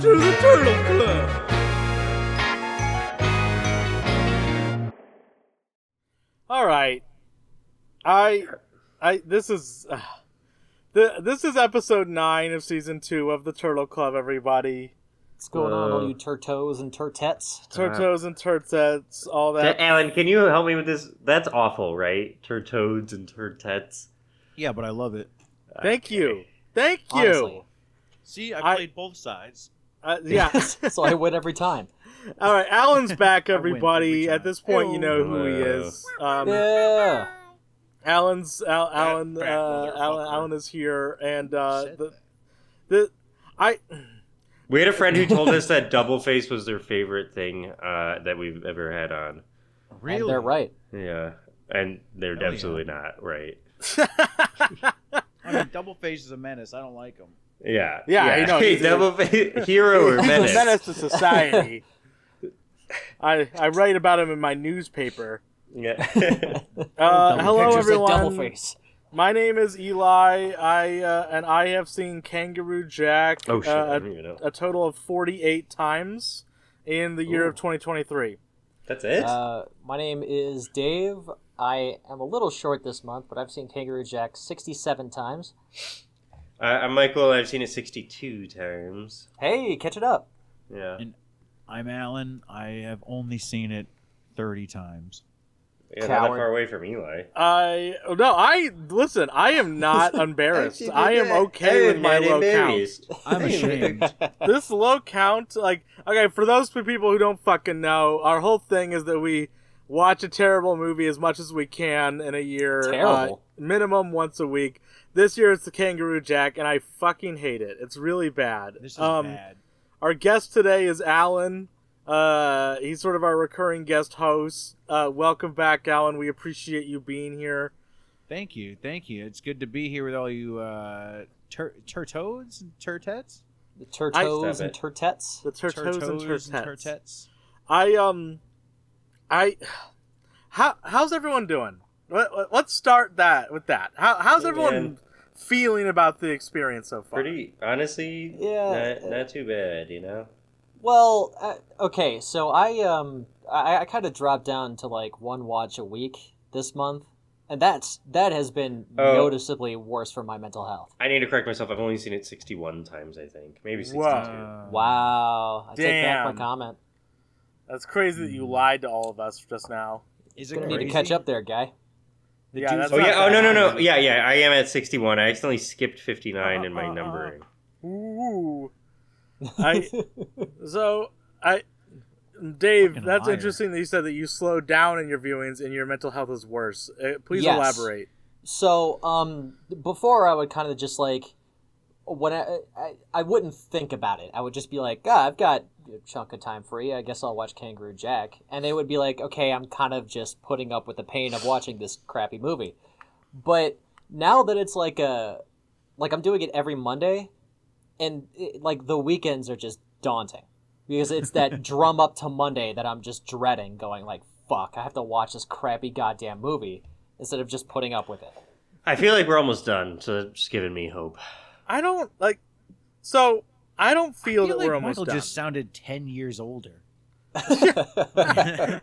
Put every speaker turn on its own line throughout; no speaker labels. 这是这儿冷了。All right, I, I this is, uh, the this is episode nine of season two of the Turtle Club. Everybody,
What's going on,
Uh,
all you turtos and turtets?
Uh-huh.
turtos and turtets, all
Uh,
that.
Alan, can you help me with this? That's awful, right? Turtoads and turtets.
Yeah, but I love it.
Thank you, thank you.
Honestly.
See,
I-
I played both sides.
Uh, yeah.
so I win every time.
All right, Alan's back,
I win every
everybody.
time.
At this point, you know who he
Hello.
is. Um,
Yeah.
Alan's Al, Alan, uh,
Fat
Alan
motherfucker.
Alan is here, and uh,
Said
the,
that.
the I
We had a friend who told us that double face was their favorite thing uh, that we've ever had on.
Really?
And they're right.
Yeah, and they're
Hell yeah.
absolutely not right.
I mean, double face is a menace. I don't like him.
Yeah,
Yeah, I know, he's a-
double face hero or menace.
menace. menace to society. I I write about him in my newspaper.
Yeah.
Uh,
Double
hello,
pictures of
everyone.
Doubleface.
My name is Eli. I uh, and I have seen Kangaroo Jack
oh shit! I
uh,
don't even know.
a, a total of forty-eight times in the year of
Ooh.
2023.
That's it.
Uh, my name is Dave. I am a little short this month, but I've seen Kangaroo Jack 67 times.
I, I'm uh, Michael. I've seen it 62 times.
Hey, catch it up.
Yeah,
I'm Alan. I have only seen it 30 times.
yeah not that
Coward.
far away from Eli.
I no, I listen. I am not embarrassed. I am okay with my low count.
I'm ashamed.
This low count, like okay, for those two people who don't fucking know, our whole thing is that we watch a terrible movie as much as we can in a year, uh,
Terrible.
minimum once a week. This year it's the Kangaroo Jack, and I fucking hate it. It's really bad.
This is
um,
bad.
Our guest today is Alan. Uh, he's sort of our recurring guest host. Uh, welcome back, Alan. We appreciate you being here.
Thank you. Thank you. It's good to be here with all you uh, tur- turtodes and turtets.
The turtos
Stop
and
it.
turtets.
The turtos and
Turtos and
turtets. I um, I how how's everyone doing? Let, let- let's start that with that. How how's
Hey,
everyone
man.
feeling about the experience so far?
Pretty honestly,
Yeah.
not, not too bad. You know.
Well, uh, okay, so I um I, I kind of dropped down to like one watch a week this month, and that's that has been
Oh.
noticeably worse for my mental health.
I need to correct myself. I've only seen it 61 times, I think. Maybe 62.
Wow.
Wow, I take back my
Damn.
comment.
That's crazy that you
Mm.
lied to all of us just now.
Is it
Gonna need
crazy?
to catch up there, guy.
The
Yeah,
dudes-
that's
Oh
not
yeah. Oh no no
bad.
no. Yeah yeah. I am at 61. I accidentally skipped 59 in
Uh, uh,
my
uh.
numbering.
Ooh. I so I Dave,
Fucking
that's
liar.
interesting that you said that you slowed down in your viewings and your mental health is worse. Uh, please
Yes.
elaborate.
So, um, before I would kind of just like, when I, I I wouldn't think about it, I would just be like, ah, I've got a chunk of time free. I guess I'll watch Kangaroo Jack, and it would be like, okay, I'm kind of just putting up with the pain of watching this crappy movie. But now that it's like a, like I'm doing it every Monday, and it, like the weekends are just daunting because it's that drum up to Monday that I'm just dreading, going like, fuck, I have to watch this crappy goddamn movie instead of just putting up with it.
I feel like we're almost done, so that's giving me hope.
I don't like so I don't
I
feel,
feel
that
like
we're almost
Michael
done.
just sounded 10 years older.
yeah,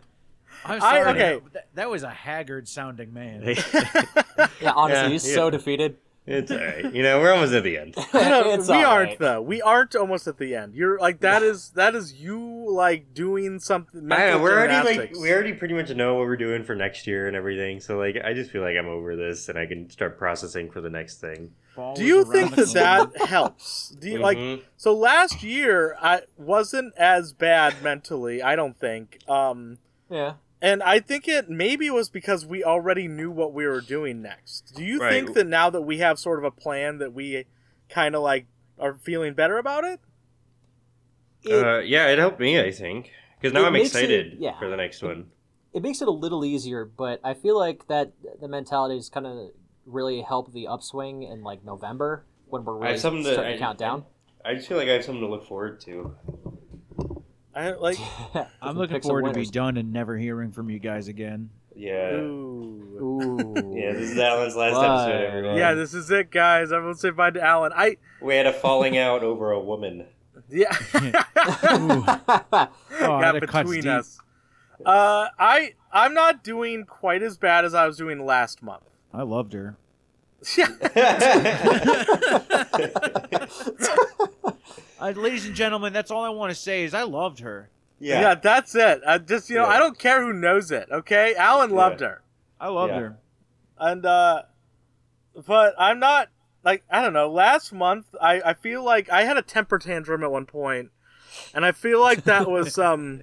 I'm sorry.
okay.
That, that was a haggard sounding man.
honestly,
Yeah,
he's
yeah.
so defeated.
it's all right. You know, we're almost at the end.
I know,
It's
we
all
aren't
right.
though. We aren't almost at the end. You're like that is that is you like doing something.
I
mental
know, we're already like
gymnastics.
we already pretty much know what we're doing for next year and everything. So like, I just feel like I'm over this, and I can start processing for the next thing.
Ball
Do
was
you
around
think
the
that
corner.
that helps? Do you
Mm-hmm.
like
Mhm.
so last year I wasn't as bad mentally. I don't think. Um,
Yeah.
and I think it maybe was because we already knew what we were doing next. Do you
Right.
think that now that we have sort of a plan that we kind of like are feeling better about it?
It,
uh, yeah, it helped me, I think, because now
It
I'm
makes it-
excited
yeah.
for the next one.
it makes it a little easier, but I feel like that the mentality is kind of really helped the upswing in like November when we're
I
really
have something
starting
to,
to,
I-
count down.
I just feel like I have something to look forward to.
I like.
I'm
Some
looking
picks and
forward to be
winners.
done and never hearing from you guys again.
Yeah.
Ooh.
Ooh.
Yeah, this is Alan's last
Bye.
episode, everyone.
Yeah, this is it, guys. Everyone say bye to Alan. I
we had a falling out over a woman.
Yeah.
Oh,
got
that cuts
between
deep.
us. Uh, I I'm not doing quite as bad as I was doing last month.
I loved her.
Yeah.
Uh, ladies and gentlemen, that's all I want to say is I loved her.
yeah,
yeah.
that's it. I just you know
Yeah.
I don't care who knows it. Okay, Alan
Yeah.
loved her,
I loved
Yeah.
her.
and uh, but I'm not like I don't know. Last month I I feel like I had a temper tantrum at one point, and I feel like that was um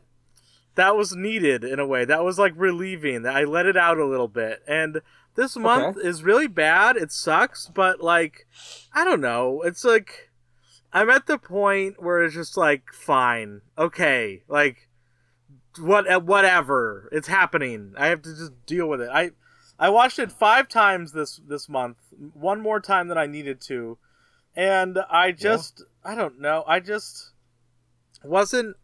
that was needed in a way. That was like relieving. That I let it out a little bit, and this month is really bad. It sucks, but like I don't know. It's like. I'm at the point where it's just like fine, okay, like what uh, whatever, it's happening. I have to just deal with it. I I watched it 5 times this this month, one more time than I needed to. And I just I don't know. I just wasn't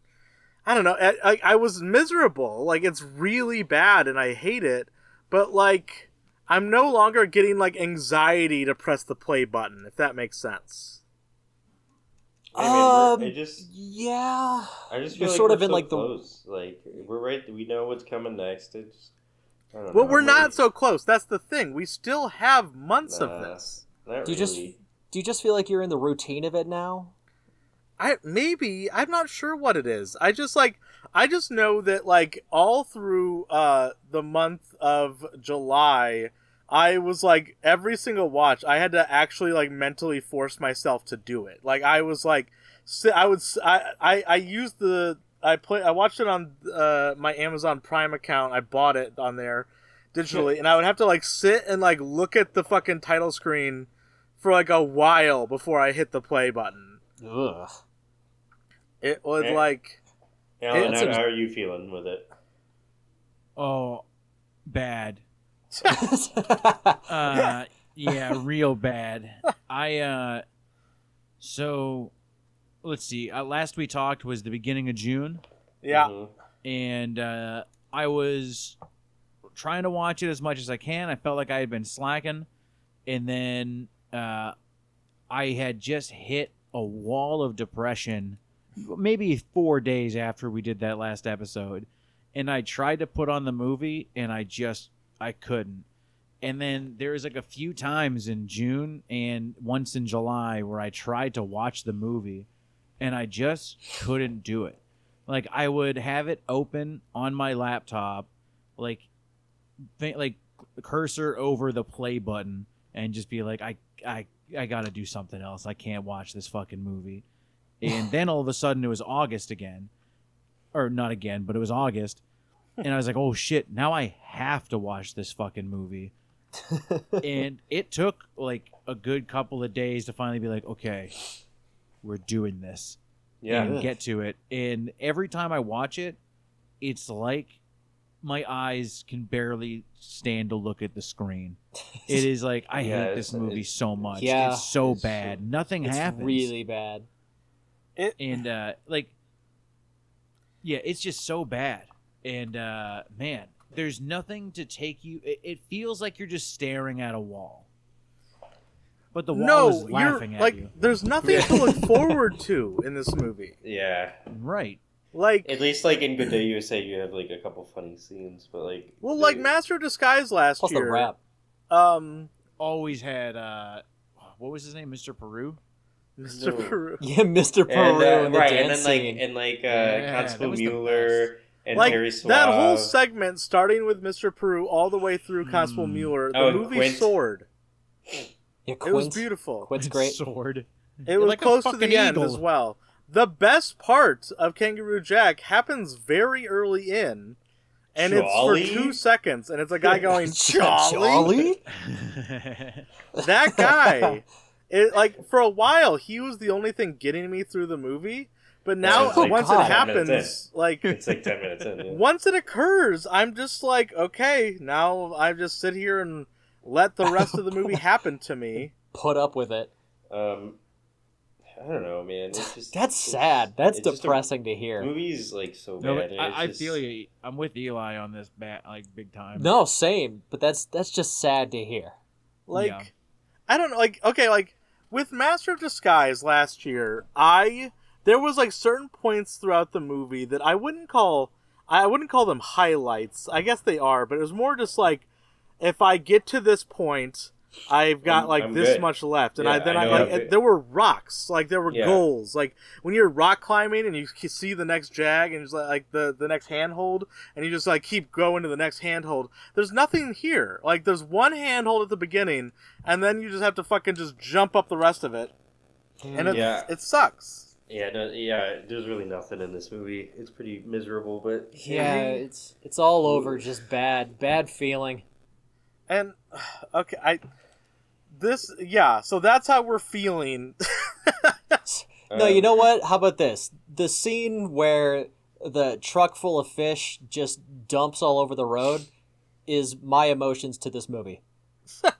I don't know. I, I, I was miserable. Like it's really bad and I hate it, but like I'm no longer getting like anxiety to press the play button if that makes sense.
I mean, we're- I
Um,
just,
yeah.
I just feel
You're
like
sort
we're
of in
so
like the-
close. like we're right. We know what's coming next. It's. I don't
Well,
know,
we're
maybe-
not so close. That's the thing. We still have months of
Nah,
this.
Not
Do you just-
really.
Do you just feel like you're in the routine of it now?
I maybe I'm not sure what it is. I just like I just know that like all through uh the month of July, I was like every single watch I had to actually like mentally force myself to do it. Like I was like si- I would s- I I, I used the I play I watched it on uh my Amazon Prime account. I bought it on there digitally and I would have to like sit and like look at the fucking title screen for like a while before I hit the play button.
Ugh.
It would
Eh.
like
Alan,
It
how,
seems-
how are you feeling with it?
Oh, bad. Uh, yeah, real bad. I uh, so let's see. Uh, last we talked was the beginning of June,
yeah,
Mhm.
and uh, I was trying to watch it as much as I can. I felt like I had been slacking, and then uh, I had just hit a wall of depression. Maybe four days after we did that last episode, and I tried to put on the movie, and I just I couldn't. And then there was like a few times in June and once in July where I tried to watch the movie, and I just couldn't do it like I would have it open on my laptop, like think like cursor over the play button and just be like I I I got to do something else. I can't watch this fucking movie. And then all of a sudden it was August again. Or not again, but it was August. And I was like, "Oh shit, now I have to watch this fucking movie." and it took like a good couple of days to finally be like, "Okay, we're doing this." and get to it. And every time I watch it, it's like my eyes can barely stand to look at the screen. It is like I
Yeah,
hate
it's-
this movie
it's-
so much.
Yeah.
it's so
It's-
bad. Nothing
it's
happens.
really bad.
and uh, like, yeah, it's just so bad. And uh, man, there's nothing to take you. It, it feels like you're just staring at a wall. But the wall is
no, you're
laughing at
like
you.
there's nothing to look forward to in this movie.
Yeah.
Right.
Like
At least, like in Good Day USA, you have like a couple funny scenes, but like.
well, like
they-
Master of Disguise last
Plus the
year.
rap.
Um,
Always had uh, what was his name, Mr. Peru?
Mr.
No.
Peru.
Yeah, Mr.
And,
Peru
uh,
and the
right, and
dance
then like
scene.
and like uh,
Yeah, that
Constable
was the
Mueller and
Like
Terry Suave.
that whole segment, starting with Mr. Peru all the way through Constable
Mm.
Mueller, the
Oh,
movie
Quint.
sword.
yeah,
It was
Quint.
beautiful.
Quint's great.
Sword.
It was
Like a
close to
fucking
the end
eagle.
as well. The best part of Kangaroo Jack happens very early in, and
Jolly?
it's for two seconds, and it's a guy going "Jolly?"
Jolly?
that guy it like for a while he was the only thing getting me through the movie but now
it's like
once it
God.
happens like
It's like ten minutes in. Yeah.
once it occurs i'm just like okay now i just sit here and let the rest of the movie happen to me
Put up with it.
Um, I don't know, man. It's just
That's
it's-
sad. That's
it's just a-
depressing to
The
hear.
movie is like so
No,
bad.
but
and it's
I, I
just-
feel you. I'm with Eli on this bat, like big time.
No, same, but that's that's just sad to hear.
like
Yeah.
i don't know like okay like with master of disguise last year i there was like certain points throughout the movie that I wouldn't call I wouldn't call them highlights. I guess they are, but it was more just like if I get to this point, I've got
I'm-
like
I'm
this
good.
much left, and
Yeah,
I then
I
I,
know
like
how big-
there were rocks, like there were
Yeah.
goals, like when you're rock climbing and you c- see the next jag and it's like, like the the next handhold, and you just like keep going to the next handhold. There's nothing here. Like there's one handhold at the beginning, and then you just have to fucking just jump up the rest of it, and it,
Mm, Yeah.
it sucks.
Yeah, no, yeah. There's really nothing in this movie. It's pretty miserable, but
Mm, Yeah, it's it's all over. Just bad, bad feeling.
And okay, I this yeah. So that's how we're feeling.
No,
Um,
you know what? How about this? The scene where the truck full of fish just dumps all over the road is my emotions to this movie.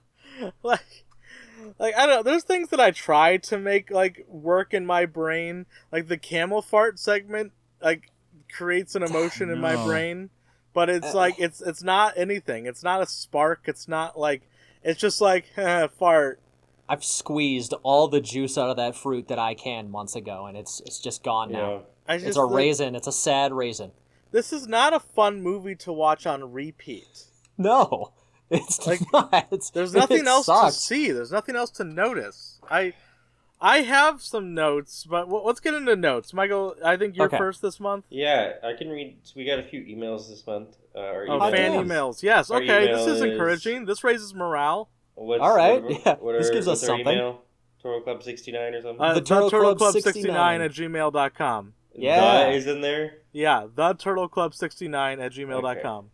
like like I don't know, there's things that I try to make like work in my brain. Like the camel fart segment like creates
Oh,
an emotion in my
No.
brain, but it's
Uh.
like it's it's not anything. It's not a spark. It's not like it's just like eh, fart.
I've squeezed all the juice out of that fruit that I can months ago, and it's it's just gone now.
yeah.
I just
It's a
like,
raisin. It's a sad raisin.
This is not a fun movie to watch on repeat.
No, it's
Like,
not. It's,
There's nothing
it
else
sucks.
to see. There's nothing else to notice. I I have some notes, but w- let's get into notes. Michael, I think you're
Okay.
first this month.
Yeah, I can read. So we got a few emails this month. Uh, or
Oh,
emails.
fan
damn.
emails. Yes.
Our
Okay,
email
this is
is-
encouraging. This raises morale.
What's,
All right,
what-
yeah,
what
this
are-
gives us
what's our
something.
Email? Toro Club sixty nine or something.
Uh, the
The Turtle
Turtle
Club
Club 69
69.
at gmail.com.
yeah.
The is in there.
Yeah, the Turtle Club 69 at gmail.com.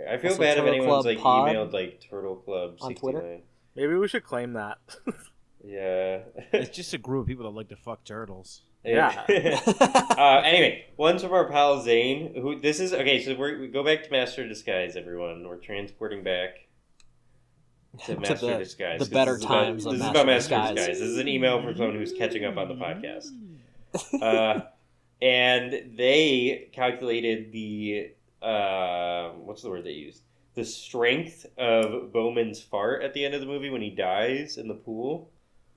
Okay, I feel
Also
bad
Turtle
if anyone's
Club
like
Pod
emailed like Turtle Club
on
sixty
Twitter?
nine.
Maybe we should claim that.
Yeah.
It's just a group of people that like to fuck turtles.
Yeah.
uh, anyway, one's from our pal Zane. Who this is? Okay, so we're, we go back to Master of Disguise, everyone. We're transporting back to
To
Master
the-
of Disguise.
the
'cause
better
this is about-
times of
this
Master
is about
of
Master of
Disguise.
Disguise. This is an email from someone who's catching up on the
Mm-hmm.
podcast. Uh, and they calculated the uh, what's the word they used? The strength of Bowman's fart at the end of the movie when he dies in the pool.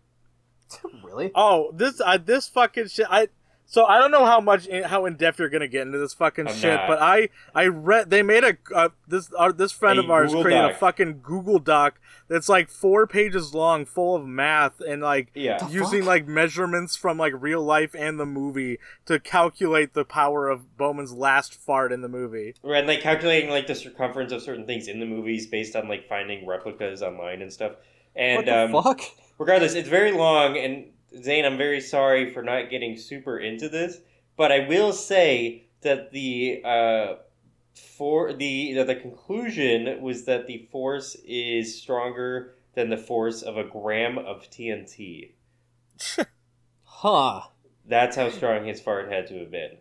really?
oh, this I this fucking shit. I so I don't know how much how in depth you're gonna get into this fucking
I'm
shit,
not.
but I I read they made a uh, this our, this friend
A
of ours
Google
created a
Doc.
fucking Google Doc that's like four pages long, full of math and like
Yeah.
The
using
fuck?
like measurements from like real life and the movie to calculate the power of Bowman's last fart in the movie.
Right, like calculating like the circumference of certain things in the movies based on like finding replicas online and stuff.
what
And
the
um,
fuck?
regardless, it's very long. And Zane, I'm very sorry for not getting super into this, but I will say that the uh, for the that the conclusion was that the force is stronger than the force of a gram of TNT.
Huh?
That's how strong his fart had to have been.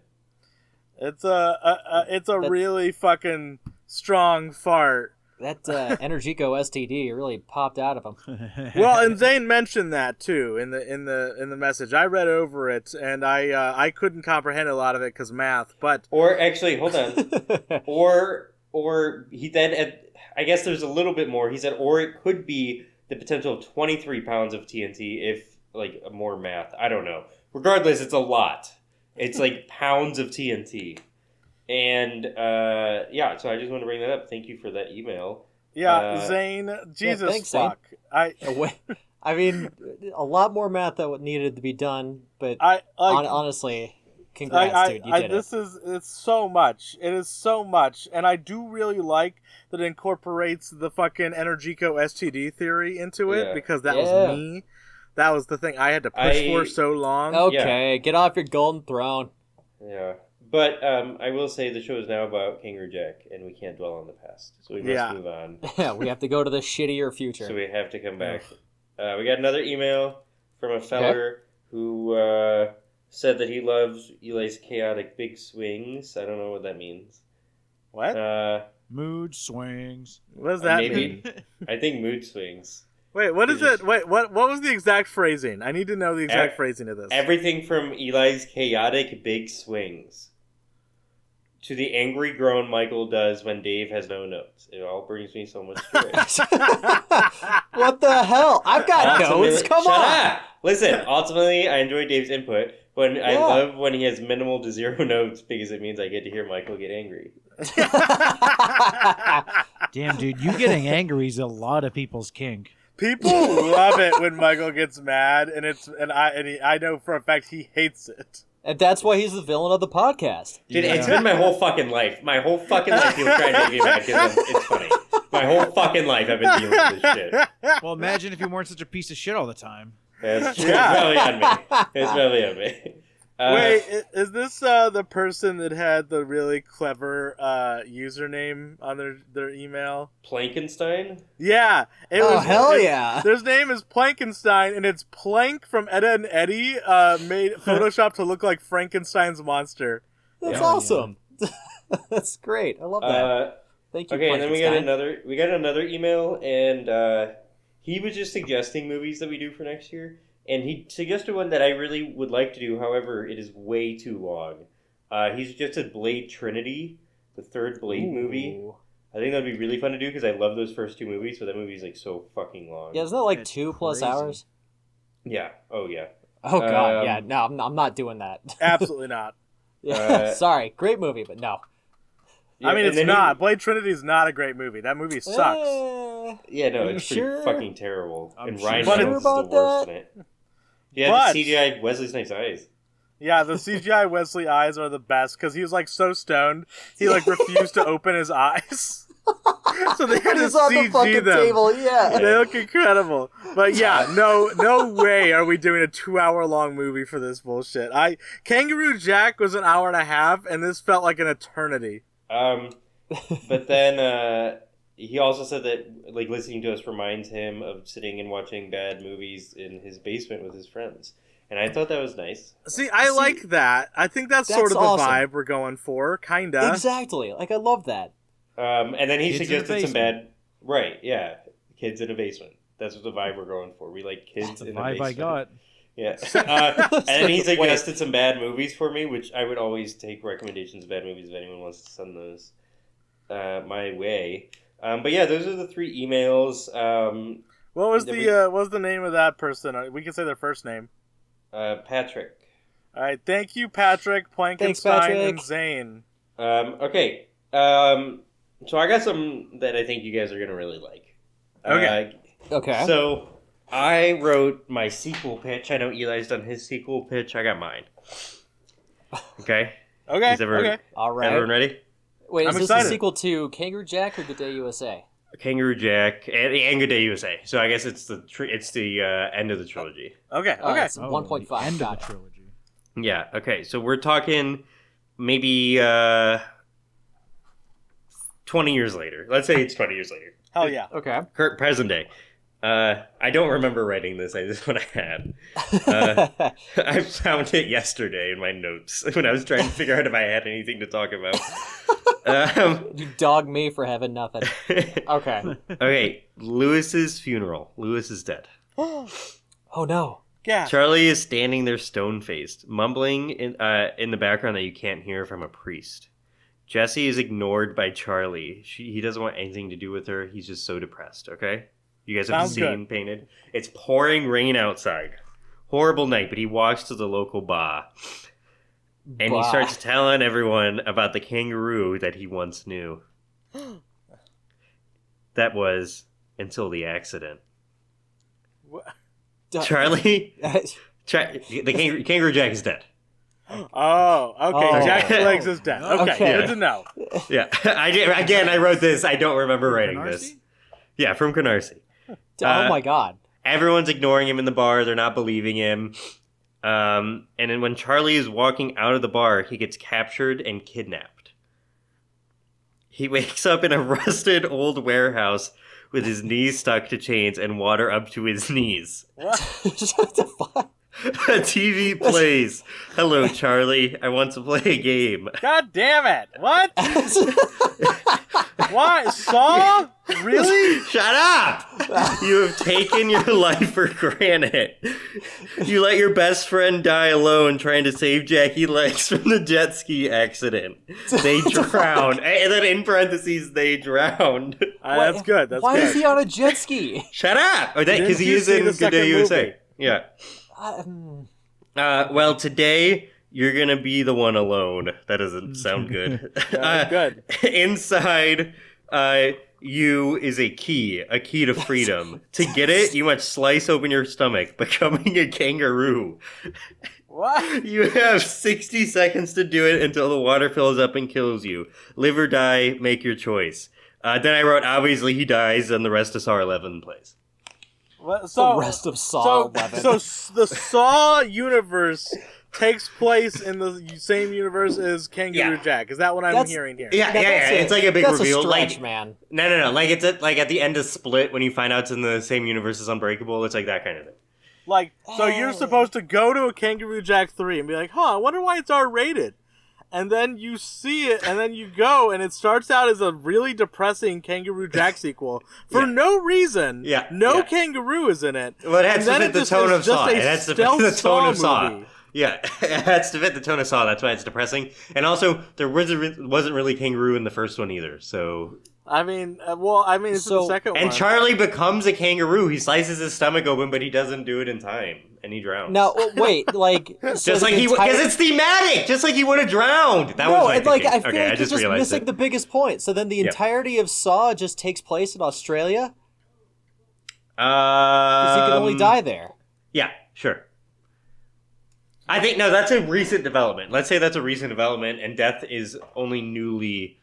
It's a, a, a it's a
That's-
really fucking strong fart.
That uh, Energico STD really popped out of him.
Well, and Zane mentioned that too in the in the in the message. I read over it and I uh, I couldn't comprehend a lot of it because math. But
Or actually, hold on. or or he then at I guess there's a little bit more. He said, or it could be the potential of 23 pounds of TNT if like more math. I don't know. Regardless, it's a lot. It's like pounds of TNT. And uh, yeah, so I just want to bring that up. Thank you for that email.
yeah,
Uh,
Zane, Jesus
thanks, Zane.
fuck. I
Away- I mean, a lot more math that would- needed to be done, but
I like,
hon- honestly, congrats,
I, I,
dude. You
I,
did
this is it's so much. It is so much, and I do really like that it incorporates the fucking Energico STD theory into it
Yeah.
because that
Yeah.
was me. That was the thing I had to push
I-
for so
it.
long.
Okay, get off your golden throne.
Yeah. But um, I will say the show is now about Kangaroo Jack, and we can't dwell on the past. So we must
Yeah.
move on.
Yeah, we have to go to the shittier future.
So we have to come back. Uh, we got another email from a feller who uh, said that he loves Eli's chaotic big swings. I don't know what that means.
What?
Uh,
Mood swings.
what
Uh,
does that
maybe.
mean?
I think mood swings.
Wait, what is
Yes.
it? Wait, what? What was the exact phrasing? I need to know the exact
Ev-
phrasing of this.
Everything from Eli's chaotic big swings to the angry groan Michael does when Dave has no notes. It all brings me so much joy.
what the hell? I've got
Ultimately-
notes. Come
Shut
on.
up! Listen, ultimately, I enjoyed Dave's input, But I
Yeah.
love when he has minimal to zero notes because it means I get to hear Michael get angry.
Damn, dude, you getting angry is a lot of people's kink.
People love it when Michael gets mad, and it's and I and he, I know for a fact he hates it.
and that's why he's the villain of the podcast.
Dude,
Yeah.
it's been my whole fucking life. My whole fucking life people try to make me mad because it's funny. My whole fucking life I've been dealing with this shit.
Well, imagine if you weren't such a piece of shit all the time.
That's true.
Yeah.
It's probably on me. It's probably on me. Uh,
Wait, i- is this uh, the person that had the really clever uh, username on their their email?
Plankenstein?
Yeah, it
oh
was-
hell
it-
yeah!
Their name is Plankenstein, and it's Plank from Edda and Eddie, uh, made Photoshop to look like Frankenstein's monster.
That's
Yeah.
awesome. that's great. I love that.
Uh,
Thank you.
okay, and then we got
Frankenstein.
another we got another email and uh, he was just suggesting movies that we do for next year. And he suggested one that I really would like to do, however, it is way too long. Uh, he suggested Blade Trinity, the third Blade movie.
Ooh.
I think that'd be really fun to do because I love those first two movies, but that movie's like so fucking long.
Yeah, isn't that like
That's
two plus
crazy.
hours?
Yeah. Oh yeah.
Oh god,
Um,
yeah. No, I'm, I'm not doing that.
Absolutely not.
yeah,
uh,
sorry. Great movie, but no.
I mean,
and
it's
then he-
not. Blade Trinity is not a great movie. That movie sucks.
Eh,
Yeah, no,
Are you
it's pretty
sure?
fucking terrible.
I'm
and
sure.
Ryan
But
Reynolds is
it's-
the worst in it. Yeah,
But-
the CGI Wesley Snipes' eyes.
Yeah, the CGI Wesley eyes are the best because he was like so stoned, he like refused to open his eyes. so they had to
It's on
CG
the fucking
them.
table. Yeah.
They look incredible, but yeah, no, no way are we doing a two-hour-long movie for this bullshit. I Kangaroo Jack was an hour and a half, and this felt like an eternity.
Um, but then uh, he also said that like listening to us reminds him of sitting and watching bad movies in his basement with his friends, and I thought that was nice.
See, I
See,
like that. I think that's,
that's
sort of
awesome.
the vibe we're going for, kinda.
Exactly. Like I love that.
Um, and then he
Kids in a
suggested some bad.
basement.
Right? Yeah, kids in a basement. That's what the vibe we're going for. We like kids
That's the
in a
vibe
basement.
I got.
Yeah. Uh, and then he suggested some bad movies for me, which I would always take recommendations of bad movies if anyone wants to send those uh, my way. Um, but yeah, those are the three emails. Um,
What was
Did
the
we-
uh, what was the name of that person? Uh, We can say their first name.
uh, Patrick.
All right, thank you, Patrick, Plankenstein, and
Patrick.
Zane.
Um, okay. Um, so I got some that I think you guys are going to really like.
Okay.
Uh,
Okay.
So I wrote my sequel pitch. I know Eli's done his sequel pitch. I got mine. Okay.
Okay,
Is everyone-
okay.
All right.
Everyone ready?
Wait, is
I'm
this
excited.
a sequel to Kangaroo Jack or Good Day USA?
Kangaroo Jack and, and Good Day USA. So I guess it's the tr- it's the uh, end of the trilogy.
Okay,
Oh,
okay.
it's 1.5.
End of
Gotcha.
the trilogy.
Yeah. Okay. So we're talking maybe uh, twenty years later. Let's say it's twenty years later.
Hell yeah.
Okay.
Current present day. Uh, I don't remember writing this. I just what I had. Uh, I found it yesterday in my notes when I was trying to figure out if I had anything to talk about. um,
you dog me for having nothing. Okay.
okay. Lewis's funeral. Lewis is dead.
Oh no.
yeah.
Charlie is standing there stone faced, mumbling in, uh, in the background that you can't hear from a priest. Jesse is ignored by Charlie. She, he doesn't want anything to do with her. He's just so depressed, okay? You guys have
Sounds
the scene painted. It's pouring rain outside. Horrible night, but he walks to the local bar and he
Bah.
starts telling everyone about the kangaroo that he once knew. that was until the accident.
Duh.
Charlie, Char- the kangaroo, kangaroo Jack is deck.
Oh, okay.
Oh.
Jack
Okay.
Legs is dead. Okay,
Okay.
good to know.
Yeah, I did, again. I wrote this. I don't remember writing this.
Canarsie?
Yeah, from Canarsie.
oh
Uh,
my god.
Everyone's ignoring him in the bar. They're not believing him. Um, and then when Charlie is walking out of the bar, he gets captured and kidnapped. He wakes up in a rusted old warehouse with his knees stuck to chains and water up to his knees.
What the fuck?
A TV plays. Hello, Charlie. I want to play a game.
God damn it. What? Why? Saw? Really?
Shut up! You have taken your life for granted. You let your best friend die alone trying to save Jackie Legs from the jet ski accident. They drowned. And then in parentheses, they drowned.
Uh,
Why-
that's good. That's
Why
good.
is he on a jet ski?
Shut up! Or that
Didn't
because he
you
is
see
in
the
Good Day
second
USA.
movie?
Yeah.
Um,
Uh, well, today you're gonna be the one alone. That doesn't sound good.
Uh, good.
Inside, uh, you is a key, a key to freedom. to get it, you must slice open your stomach, becoming a kangaroo.
What?
You have 60 seconds to do it until the water fills up and kills you. Live or die, make your choice. Uh, then I wrote, obviously he dies, and the rest of Saw 11 plays.
What-
the
So
rest of Saw
so
11.
so s- the Saw universe takes place in the same universe as Kangaroo
Yeah.
Jack. Is that what I'm
That's-
hearing here?
Yeah,
That-
yeah,
that's
yeah.
a-
It's like a big
that's
reveal.
A stretch,
like,
man.
No, no, no. Like it's at, like at the end of Split when you find out it's in the same universe as Unbreakable. It's like that kind of thing.
Like, so
Oh.
you're supposed to go to a Kangaroo Jack 3 and be like, huh, I wonder why it's R rated. And then you see it, and then you go, and it starts out as a really depressing Kangaroo Jack sequel for
Yeah.
no reason.
Yeah,
No
yeah.
kangaroo is in it.
Well, it
And
has to
then
fit
it
the
just
tone
is
of
just
Saw.
a
It has to fit
stealth
the tone of
Saw
Saw.
movie.
Yeah, it has to fit the tone of Saw. That's why it's depressing. And also, there wasn't wasn't really kangaroo in the first one either. So,
I mean, uh, well, I mean, it's in
So-
the second
and
one.
Charlie becomes a kangaroo. He slices his stomach open, but he doesn't do it in time, and he drowns.
No, well, wait, like so
Just
the
like he,
entire-
because it's thematic. Just like he would have drowned. That
no,
was my
and, like
thinking.
I feel
okay,
like
I just
you're just
realized
missing
it.
the biggest point. So then the
Yeah.
entirety of Saw just takes place in Australia because he can only
Um,
die there.
Yeah, sure. I think no, that's a recent development. Let's say that's a recent development, and death is only newly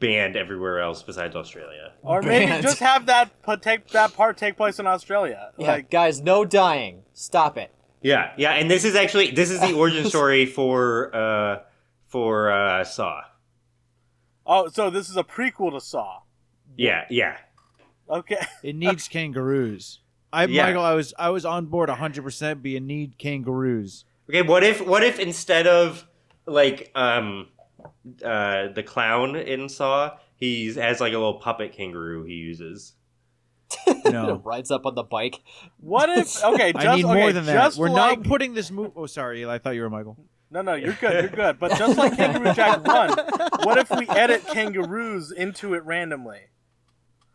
banned everywhere else besides Australia.
or maybe
Banned.
just have that pa- take that part take place in Australia.
Yeah,
Like,
guys, no dying. Stop it.
Yeah, yeah, and this is actually this is the origin story for uh for uh Saw.
oh, so this is a prequel to Saw.
Yeah, yeah.
Okay.
It needs kangaroos. I
Yeah.
Michael, I was I was on board 100% being need kangaroos.
Okay, what if what if instead of like um uh the clown in Saw, he has like a little puppet kangaroo he uses.
No.
Rides up on the bike.
What if? Okay, just
I need more
okay,
than that.
just
We're
like,
not putting this movie. Oh, sorry, Eli, I thought you were Michael.
No, no, you're good. You're good. But just like Kangaroo Jack 1, what if we edit kangaroos into it randomly?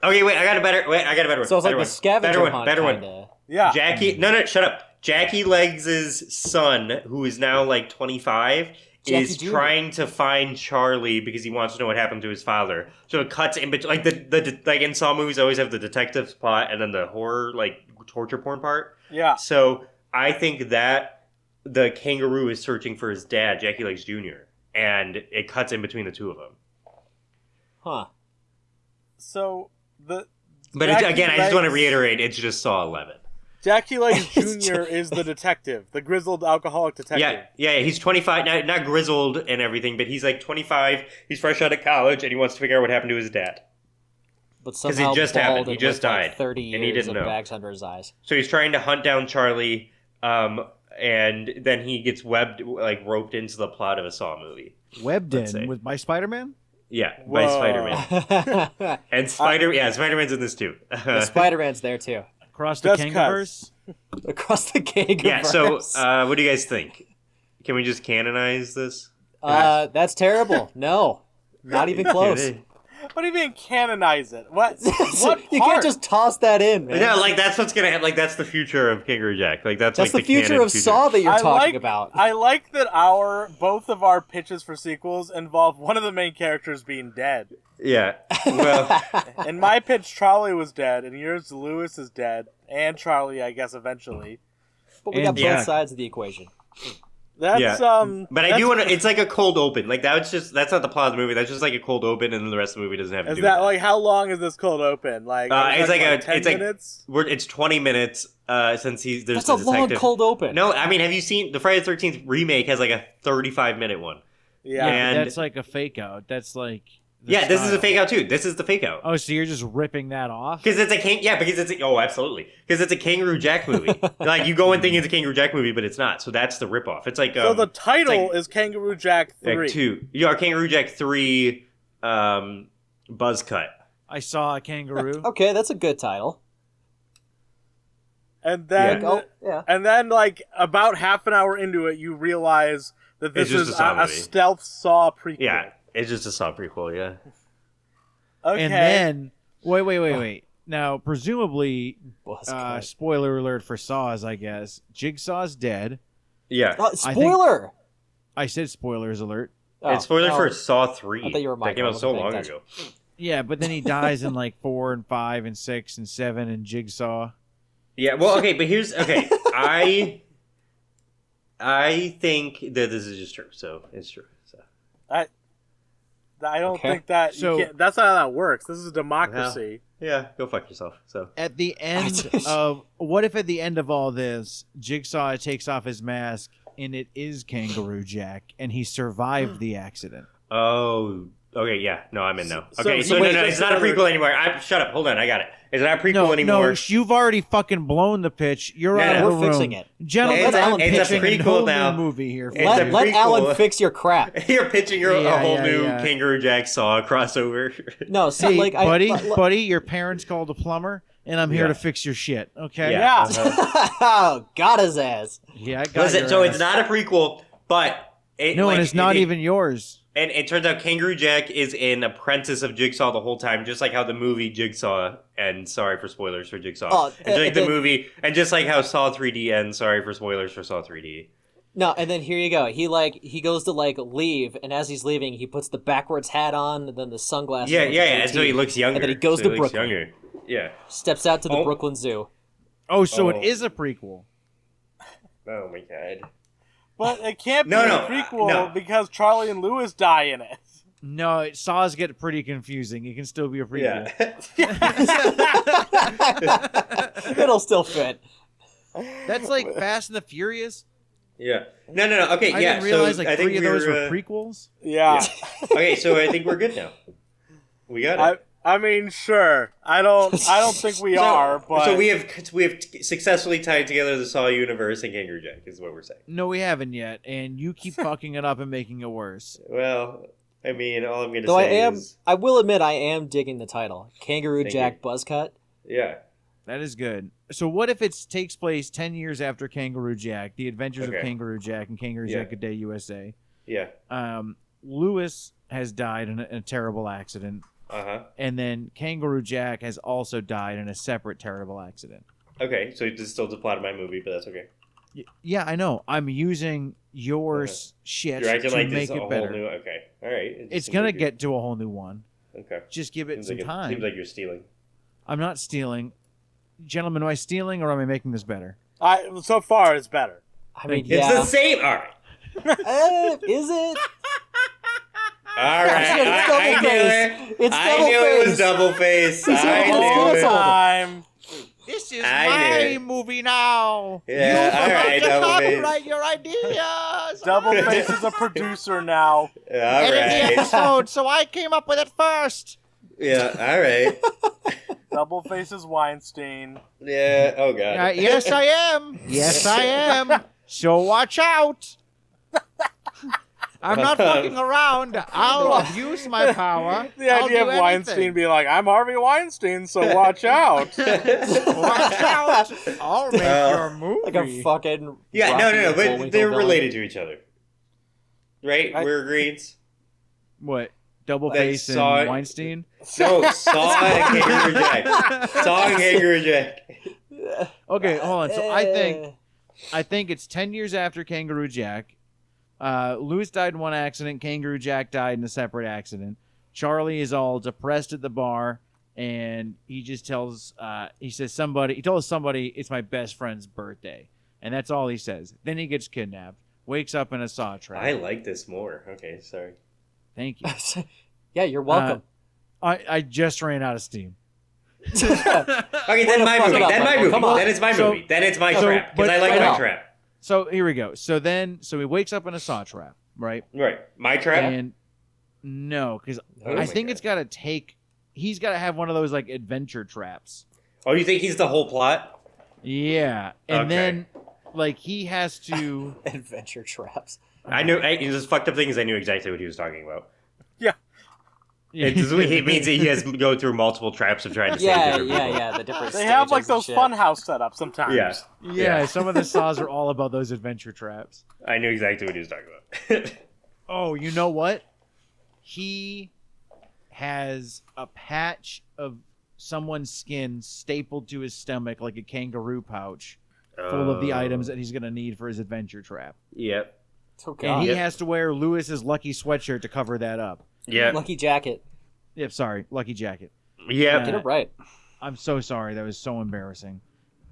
Okay, wait, I got a better wait, I got a better one.
So it's like
better
the
one,
scavenger
better one,
hunt.
better one.
kinda.
Yeah.
Jackie, no, no, shut up. Jackie Legs' son, who is now like 25,
Jackie
is
Jr..
trying to find Charlie because he wants to know what happened to his father. So it cuts in between, like the, the de- like in Saw movies, they always have the detective's plot and then the horror like torture porn part.
yeah.
So I think that the kangaroo is searching for his dad, Jackie Legs Jr., and it cuts in between the two of them.
Huh.
So the
But it's,
Jackie
again, I just want to
Legs-
reiterate, it's just Saw 11.
Jackie Legs Jr. is the detective, the grizzled alcoholic detective.
Yeah, yeah, yeah, he's 25, not, not grizzled and everything, but he's like 25. He's fresh out of college and he wants to figure out what happened to his dad.
But
'Cause it
somehow
just
bald
happened. He
and
just
with, like,
died,
Thirty years
and he didn't
of
know.
bags under his eyes.
So he's trying to hunt down Charlie, um, and then he gets webbed, like roped into the plot of a Saw movie.
Webbed
Let's see.
in with by Spider-Man?
Yeah, by
Whoa.
Spider Man.
the
And Spider, yeah, Spider Man's in this too.
Spider Man's there too,
Across the
Just 'cause.
kangaroos?
across the kangaroo.
yeah, so uh, what do you guys think? Can we just canonize this?
Uh, that's terrible. No, not even close.
What do you mean canonize it? What? what
you
part?
can't just toss that in, man.
No, like that's what's gonna happen. Like that's the future of Kangaroo Jack. Like that's,
that's
like
the future
canon
of Saw that you're
I
talking
like,
about.
I like that our both of our pitches for sequels involve one of the main characters being dead.
Yeah. Well.
In my pitch, Charlie was dead, and yours, Lewis is dead, and Charlie, I guess, eventually.
but we got
and
both
Jack.
sides of the equation.
That's
Yeah.
um.
But I
that's-
do want to. It's like a cold open. Like that's just that's not the plot of the movie. That's just like a cold open, and then the rest of the movie doesn't have to
Is
do.
that
with
like how long is this cold open? Like,
Uh,
are we
it's
talking
like
about
a-
ten
it's like-
minutes.
We're, it's twenty minutes uh, since he's there's
That's a
the
long
detective.
cold open.
No, I mean, have you seen the Friday Thirteenth remake? Has like a thirty-five minute one.
yeah.
but
and-
that's like a fake out. That's like the
yeah, this is a
style.
fake out too. This is the fake out
Oh, so you're just ripping that off?
because it's a can- yeah because it's a, oh absolutely because it's a Kangaroo Jack movie. like you go and think it's a Kangaroo Jack movie, but it's not. So that's the ripoff. It's like
So
um,
the title
like-
is Kangaroo Jack
like
Three.
two. Yeah, Kangaroo Jack three. Um, buzz cut.
I saw a kangaroo.
Okay, that's a good title.
And then,
Oh, yeah.
and then, like about half an hour into it, you realize that this
It's just
is
a Saw
a, a
movie.
stealth Saw prequel.
Yeah, it's just a Saw prequel. Yeah.
Okay.
And then wait, wait,
Oh.
wait, wait. Now, presumably,
Buzz
uh,
cut.
spoiler alert for Saws, I guess. Jigsaw's dead.
Yeah,
Oh, spoiler!
I said spoilers alert.
Oh,
it's spoiler
no.
for Saw three.
I thought you were
that
Michael.
came
I
out so
wasn't
long
paying
ago.
Yeah, but then he dies in like four and five and six and seven and Jigsaw.
Yeah, well, okay, but here's okay. I I think that this is just true. So it's true. So
I don't
Okay.
think that you
So-
can't, that's not how that works. This is a democracy.
yeah, go fuck yourself. So
At the end of what if at the end of all this, Jigsaw takes off his mask and it is Kangaroo Jack and he survived the accident.
oh. Okay, yeah, no, I'm in now.
So-
Okay,
so
so, no,
wait,
no,
so-
it's not a prequel anymore. I shut up. Hold on, I got it. It's not a prequel
No,
anymore.
no, you've already fucking blown the pitch. You're
No,
out
no,
of
We're
the room.
fixing it.
Gentlemen,
It's a-
I'm
it's a
pitching
prequel
a whole new
now.
movie here.
It's
let
a
let
prequel.
Alan fix your crap.
You're pitching your a
Yeah,
whole
yeah,
new
yeah.
Kangaroo Jack Saw crossover.
No, see,
Hey,
like, I-
buddy,
li- li-
buddy, your parents called a plumber, and I'm here
Yeah.
to fix your shit. Okay.
Yeah.
uh-huh.
oh, got his ass.
Yeah, I got
Listen,
your
so it's
ass.
not a prequel, but it,
No,
like,
and it's not
it-
even yours.
And it turns out Kangaroo Jack is an apprentice of Jigsaw the whole time, just like how the movie Jigsaw and sorry for spoilers for Jigsaw.
Oh,
and just
uh,
like the
the-
movie, and just like how Saw 3D ends. Sorry for spoilers for Saw 3D.
No, and then here you go. He like he goes to like leave, and as he's leaving, he puts the backwards hat on, and then the sunglasses.
yeah,
and
yeah,
the
yeah. And so
goatee,
he looks younger.
then he goes
so
to
looks
Brooklyn.
Younger. Yeah.
steps out to the
Oh.
Brooklyn Zoo.
Oh, so
Oh.
it is a prequel.
Oh my god.
But it can't
No,
be
no,
a prequel
no.
because Charlie and Lewis die in it.
No, it, saws get pretty confusing. It can still be a prequel.
It'll still fit.
That's like Fast and the Furious.
yeah. No, no, no. Okay,
I
yeah.
didn't realize
so
like
I think
three of those
we're,
were
uh,
prequels.
Yeah.
okay, so I think we're good now. We got it.
I I mean, sure. I don't I don't think we
So-
are, but
so we have we have t- successfully tied together the Saw universe and Kangaroo Jack is what we're saying.
No, we haven't yet, and you keep fucking it up and making it worse.
Well, I mean, all I'm gonna
Though I
say
am,
is
I will admit, I am digging the title, Kangaroo
Thank
Jack
you.
Buzzcut.
yeah,
That is good. So, what if it takes place ten years after Kangaroo Jack, The Adventures
Okay.
of Kangaroo Jack, and Kangaroo
Yeah.
Jack a Day USA?
yeah,
um, Lewis has died in a, in a terrible accident,
uh huh.
and then Kangaroo Jack has also died in a separate terrible accident.
Okay, so it's still the plot of my movie, but that's okay.
Y- yeah, I know. I'm using your
Okay.
s- shit
You're acting
to
like this
make
is a whole
it better.
new. Okay, all right. It
it's
seems
gonna
like you're-
get to a whole new one.
okay.
Just give it
Seems
some
like
time.
seems like you're stealing.
I'm not stealing, gentlemen. Am I stealing or am I making this better?
I so far it's better.
I mean,
Thank
It's
yeah,
the same. All right,
Uh, is it?
all right.
it's
I, I
double
knew
face.
it.
It's
I
double
knew it was
face.
double face.
It's
I
double
knew
face.
it.
Time.
This is
I
my
did.
movie now.
Yeah,
you
all right, double
to
face.
copyright your ideas.
Double Face is a producer now.
All
edit the
right.
episode, so I came up with it first.
Yeah. All right.
Double Face is Weinstein.
Yeah. Oh god.
Uh, yes, I am. Yes, I am. So watch out. I'm not fucking around. I'll abuse my power.
The
I'll
idea
do
of Weinstein
anything.
being like, "I'm Harvey Weinstein, so watch out."
Watch out. I'll make
Uh,
your movie.
Like a fucking
Yeah, no,
Rocky
no, no,
Bullwinkle
but they're
villain.
related to each other, right?
I-
We're agreed.
what? Double
They
face and
saw it.
Weinstein?
No, Saw and Kangaroo Jack. Saw and Kangaroo Jack.
Okay, hold on. So I think
Uh,
I think it's 10 years after Kangaroo Jack. Uh, Lewis died in one accident. Kangaroo Jack died in a separate accident. Charlie is all depressed at the bar, and he just tells, uh, he says somebody, he tells somebody it's my best friend's birthday, and that's all he says. Then he gets kidnapped, wakes up in a saw trap.
I like this more. Okay, sorry.
Thank you.
yeah, you're
Uh,
welcome.
I, I just ran out of steam.
Okay,
Way
then
to
my
fuck it
movie.
up,
Then my
Michael,
movie.
come on.
Then it's my
So-
movie. Then it's my
so-
trap. Because
but-
I like
but-
my trap.
So here we go. So then, so he wakes up in a saw trap, right?
Right, my trap.
And no, because
Oh my
I think
God.
it's got to take. He's got to have one of those like adventure traps.
Oh, you think he's the whole plot?
Yeah, and
Okay.
then like he has to.
Adventure traps.
I knew. I, this fucked up thing is I knew exactly what he was talking about. It, just- it means that he has to go through multiple traps of trying to save
Yeah,
different
yeah,
people.
yeah. The different.
They have like
stages and
those
shit.
fun house setups sometimes.
Yeah,
yeah, some of the saws are all about those adventure traps.
I knew exactly what he was talking about.
Oh, you know what? He has a patch of someone's skin stapled to his stomach like a kangaroo pouch, full of the
Oh.
items that he's going to need for his adventure trap.
Yep.
Oh
And
god,
he
Yep.
has to wear Lewis's lucky sweatshirt to cover that up.
Yep.
lucky jacket.
Yep, sorry, lucky jacket.
Yep.
Uh,
Get it right.
I'm so sorry. That was so embarrassing.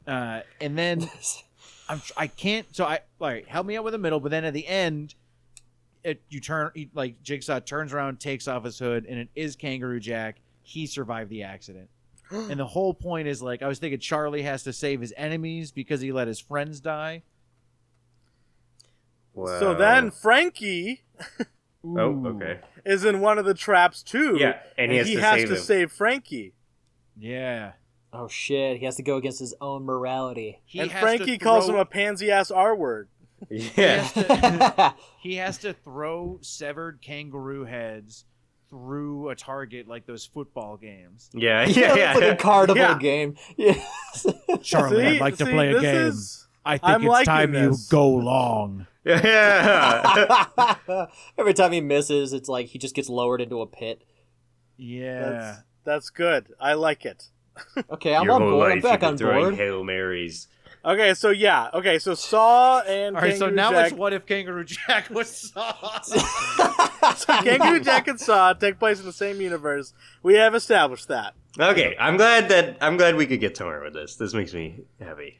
Uh, and then I'm tr- I can't. So I like help me out with the middle, but then at the end, it you turn he, like Jigsaw turns around, takes off his hood, and it is Kangaroo Jack. He survived the accident, and the whole point is like I was thinking Charlie has to save his enemies because he let his friends die.
Wow.
So then Frankie
Oh, okay.
is in one of the traps too.
Yeah, and he has to save him.
Frankie.
Yeah,
oh shit, he has to go against his own morality.
he
and
has
Frankie
to
calls him
throw-
a pansy ass R word.
He
Yeah.
has, to,
That's
he has to throw severed kangaroo heads through a target like those football games.
Yeah. Yeah. Yeah.
like a carnival
Yeah.
game. Yeah.
Charlie,
See-
I'd like to
see,
play a
this
game.
is-
I think
I'm
it's
liking
time
this.
you go long.
yeah.
Every time he misses, it's like he just gets lowered into a pit.
Yeah.
That's, that's good. I like it.
Okay, I'm
Your
on
whole
board.
life
I'm back
you've
on
been throwing
board.
Hail Marys.
Okay, so yeah. Okay, so Saw and
All right, so
Kangaroo
now
Jack.
it's what if Kangaroo Jack was Saw?
Kangaroo Jack and Saw take place in the same universe. We have established that.
Okay, I'm glad that I'm glad we could get somewhere with this. This makes me happy.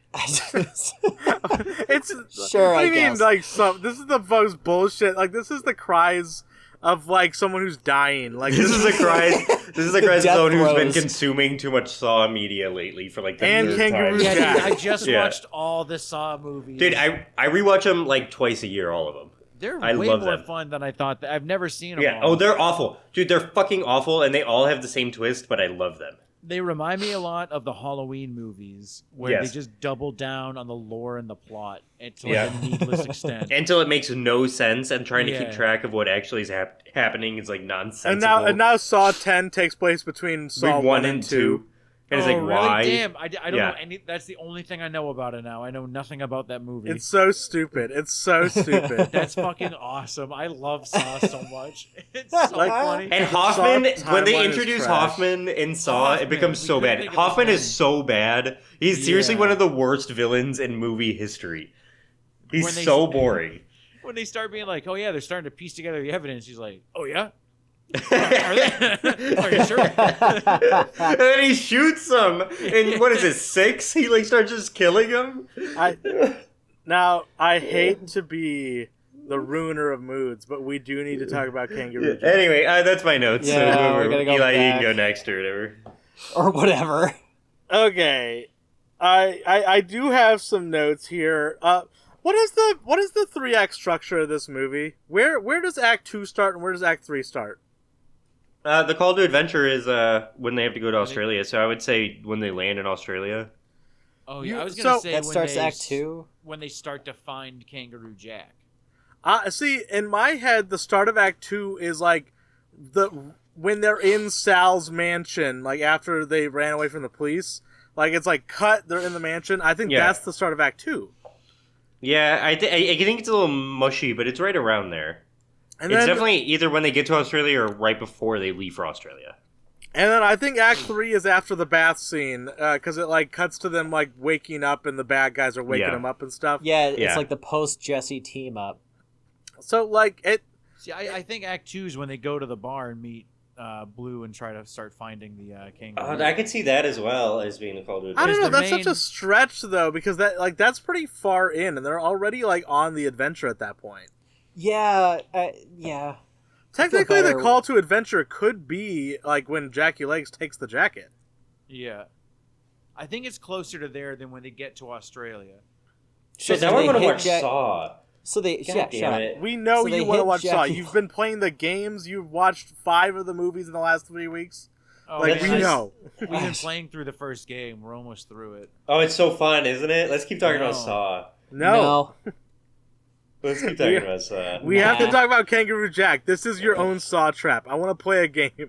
it's
Sure,
What
I
do you mean?
guess.
Like some. This is the most bullshit. Like this is the cries of like someone who's dying. Like
This is a cries. This is a cries of
death
someone who's been
throes.
consuming too much Saw media lately for like the
And
third
Kangaroo
time.
yeah, dude,
Jack.
I just
Yeah.
watched all the Saw movies.
Dude, I I rewatch them like twice a year, all of them.
they're
I
way
love
more
them.
fun than I thought. That. I've never seen them.
Yeah.
all.
Oh, they're awful, dude. They're fucking awful, and they all have the same twist, but I love them.
they remind me a lot of the Halloween movies where
Yes.
they just double down on the lore and the plot and to like
Yeah.
a needless extent.
Until it makes no sense, and trying to
Yeah.
keep track of what actually is hap- happening is like nonsensical.
and now and now Saw ten takes place between
Between
Saw
one and two, and it's
oh,
like
really?
why?
Damn, I, d- I don't
Yeah.
know any. That's the only thing I know about it now. I know nothing about that movie.
It's so stupid. It's so stupid.
That's fucking awesome. I love Saw so much. It's so
Like-
funny.
And
Hoffman-
Hoffman,
Saw
when
timeline
they
is
introduce
trash.
Hoffman in Saw,
Hoffman,
it becomes
we
so
couldn't
bad.
think of
Hoffman
his
is
name.
so bad. He's seriously
Yeah.
one of the worst villains in movie history. He's
When they-
so boring.
when they start being like, "Oh yeah, they're starting to piece together the evidence," he's like, "Oh yeah, are
and
they? Are you sure?"
then he shoots him. And what is it, six? He like starts just killing him.
I, now I hate to be the ruiner of moods, but we do need to talk about Kangaroo Jack.
Anyway, uh, that's my notes.
Yeah, we're gonna go
Eli, you
back.
can go next or whatever.
or whatever.
Okay, I, I I do have some notes here. Uh, what is the what is the three act structure of this movie? Where where does Act two start and where does Act three start?
Uh, the call to adventure is uh, when they have to go to Australia. So I would say when they land in Australia.
Oh yeah,
You-
I was gonna
so-
say
That
when
starts
they,
Act Two.
when they start to find Kangaroo Jack.
Uh, see, in my head, the start of Act Two is like the when they're in Sal's mansion, like after they ran away from the police. Like it's like cut. They're in the mansion. I think
Yeah.
that's the start of Act Two.
Yeah, I, th- I I think it's a little mushy, but it's right around there.
And
it's
then,
definitely either when they get to Australia or right before they leave for Australia.
and then I think Act Three is after the bath scene because it like cuts to them like waking up and the bad guys are waking
Yeah.
them up and stuff.
Yeah, it's
Yeah.
like the post Jesse team up.
So like it,
See, I, I think Act Two is when they go to the bar and meet uh, Blue and try to start finding the uh, kangaroo.
Uh, I could see that as well as being a call to
I
adventure.
don't
Is
know.
their
That's such
main-
a stretch though because that like that's pretty far in and they're already like on the adventure at that point.
Yeah, uh, yeah.
Technically, the
better-
call to adventure could be like when Jackie Legs takes the jacket.
yeah, I think it's closer to there than when they get to Australia.
Shit, now
so
I
they
want to
hit
watch
Jack-
Saw.
So they
God
yeah,
damn
shut
it.
We know
So they
you want to
hit
watch Saw.
Jackie-
You've been playing the games. You've watched five of the movies in the last three weeks.
Oh,
like
man,
we
I-
that's-
know.
We've been playing through the first game. We're almost through it.
Oh, it's so fun, isn't it? Let's keep talking
No.
about Saw.
No,
Let's keep
We-
talking about Saw.
we have to
Nah.
talk about Kangaroo Jack. This is your own Saw trap. I want to play a game.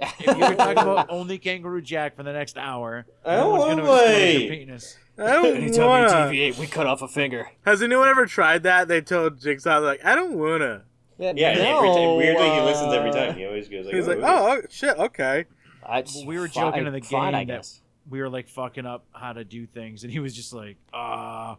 If you were talking about only Kangaroo Jack for the next hour,
I
no
don't
one's
wanna
going to explode
play.
your penis.
I don't wanna.
deviate, we cut off a finger.
Has anyone ever tried that? They told Jigsaw like, I don't wanna.
Yeah, and every time, weirdly, he listens
uh,
every time. He always goes like,
oh,
He's like,
"Ooh."
oh oh, shit, okay.
I,
Well, we were
fi-
joking in the
fine,
game
I
that-
guess.
we were like fucking up how to do things, and he was just like, "Ah,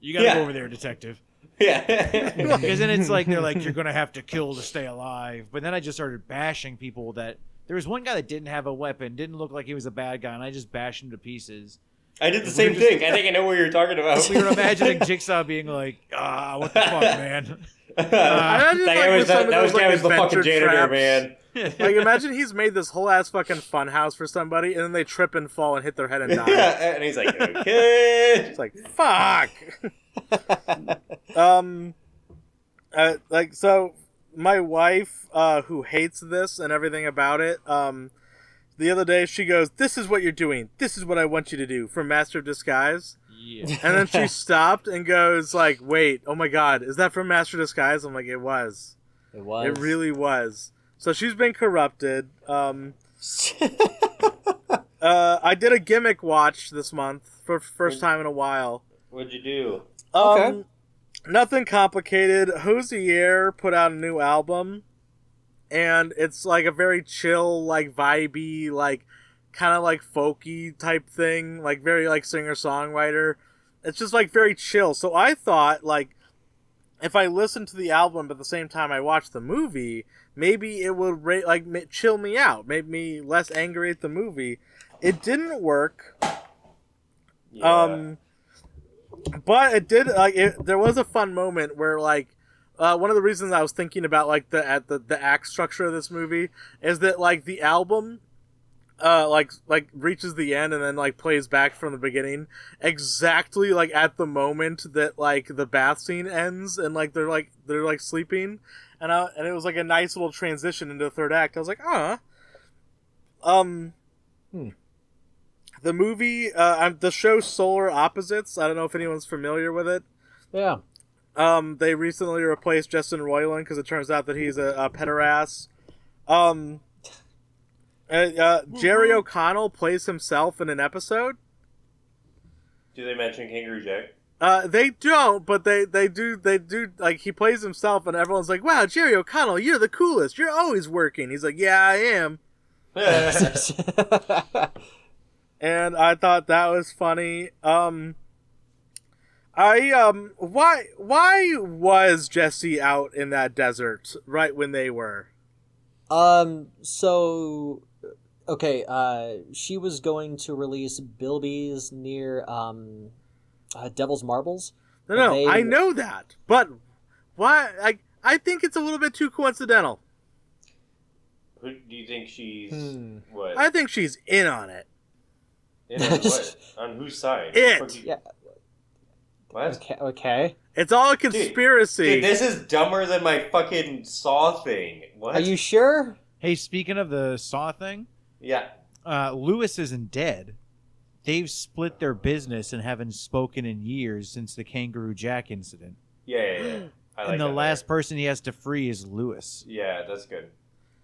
you gotta
Yeah.
go over there, detective."
Yeah.
Because then it's like they're like, "You're gonna have to kill to stay alive." But then I just started bashing people that there was one guy that didn't have a weapon, didn't look like he was a bad guy, and I just bashed him to pieces.
I did the same thing. I think I know what you're talking about.
We were imagining Jigsaw being like, "Ah, what the fuck, man."
that
Imagine, Uh, like,
guy
with
was,
some of
that, that was
those,
guy
like,
was the fucking
adventure
janitor,
traps.
man.
Like imagine he's made this whole ass fucking fun house for somebody, and then they trip and fall and hit their head and die.
Yeah, and he's like, okay.
It's like fuck. um, uh, like so, my wife, uh, who hates this and everything about it, um, the other day she goes, "This is what you're doing. This is what I want you to do." From Master of Disguise,
Yeah.
and then she stopped and goes, "Like, wait, oh my god, is that from Master of Disguise?" I'm like, "It was.
It was.
It really was." So she's been corrupted. Um, uh, I did a gimmick watch this month for first time in a while.
What'd you do?
Um,
Okay.
Nothing complicated. Hosier put out a new album, and it's like a very chill, like vibey, like kind of like folky type thing, like very like singer songwriter. It's just like very chill. So I thought like if I listened to the album but at the same time I watched the movie, maybe it would ra- like ma- chill me out, make me less angry at the movie. It didn't work.
Yeah.
Um, but it did like it, there was a fun moment where like uh, one of the reasons I was thinking about like the at the the act structure of this movie is that like the album. Uh, like like reaches the end and then like plays back from the beginning exactly like at the moment that like the bath scene ends and like they're like they're like sleeping and I, and it was like a nice little transition into the third act I was like uh um the movie uh um, the show solar opposites i don't know if anyone's familiar with it
yeah.
um they recently replaced justin roiland because it turns out that he's a, a pederast um uh, uh, jerry o'connell plays himself in an episode
do they mention Kangaroo Jack?
uh, they don't, but they, they do they do like he plays himself and everyone's like, "Wow, Jerry O'Connell, you're the coolest. You're always working." He's like, "Yeah, I am." and I thought that was funny. Um, I um, why why was Jesse out in that desert right when they were?
um. So, okay. Uh, she was going to release Bilby's near um, uh, Devil's Marbles.
No, no,
They-
I know that, but why? I I think it's a little bit too coincidental.
Who do you think she's
Hmm.
what?
I think she's in on it.
in on what? On whose side?
It.
What do you-
Yeah.
What?
Okay. Okay.
It's all a conspiracy.
Dude, this is dumber than my fucking saw thing. What?
Are you sure?
Hey, speaking of the Saw thing,
Yeah.
uh, Lewis isn't dead. They've split their business and haven't spoken in years since the Kangaroo Jack incident.
Yeah. Yeah. yeah. I like
and the
that
last
better.
person he has to free is Lewis
Yeah, that's good.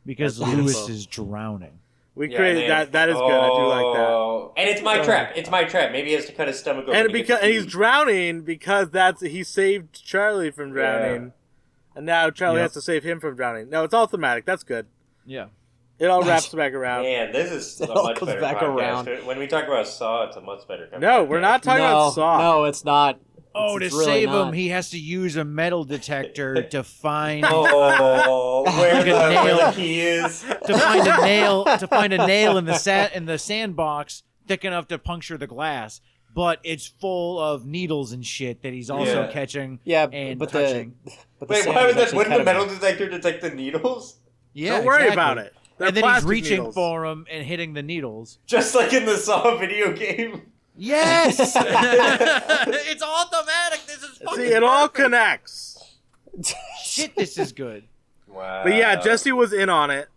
because
That's
Lewis
beautiful.
is drowning.
we
Yeah,
created
man.
that. That is good. I do like that.
Oh. And it's my trap. It's my trap. Maybe he has to cut his stomach open.
and
to get
because
the
and he's
key.
drowning because that's he saved Charlie from drowning, and now Charlie
Yep.
has to save him from drowning. No, it's all thematic. That's good.
Yeah.
It all wraps back around.
Man, this is
It
a
all
much
comes
better
back
podcast.
around.
When we talk about Saw, it's a much better.
No, we're not talking
no,
about Saw.
no, it's not.
Oh,
It's-
to
it's really
save
not.
him, he has to use a metal detector to find
Oh, where
Like a
the, where the
nail.
key is.
to find a nail to find a nail in the sat in the sandbox thick enough to puncture the glass. But it's full of needles and shit that he's also
Yeah.
catching.
Yeah,
and
but
touching.
the but the
Wait,
sand
why
was
would that?
actually
Wouldn't the
cut
metal
him.
detector detect the needles?
Yeah,
Don't worry
exactly.
about it. They're
and then he's
plastic
reaching
needles.
for him and hitting the needles.
Just like in the Saw video game.
Yes, it's all thematic. This is fucking
See, it all
perfect.
connects.
Shit, this is good.
Wow.
But
Uh,
yeah, Jesse was in on it.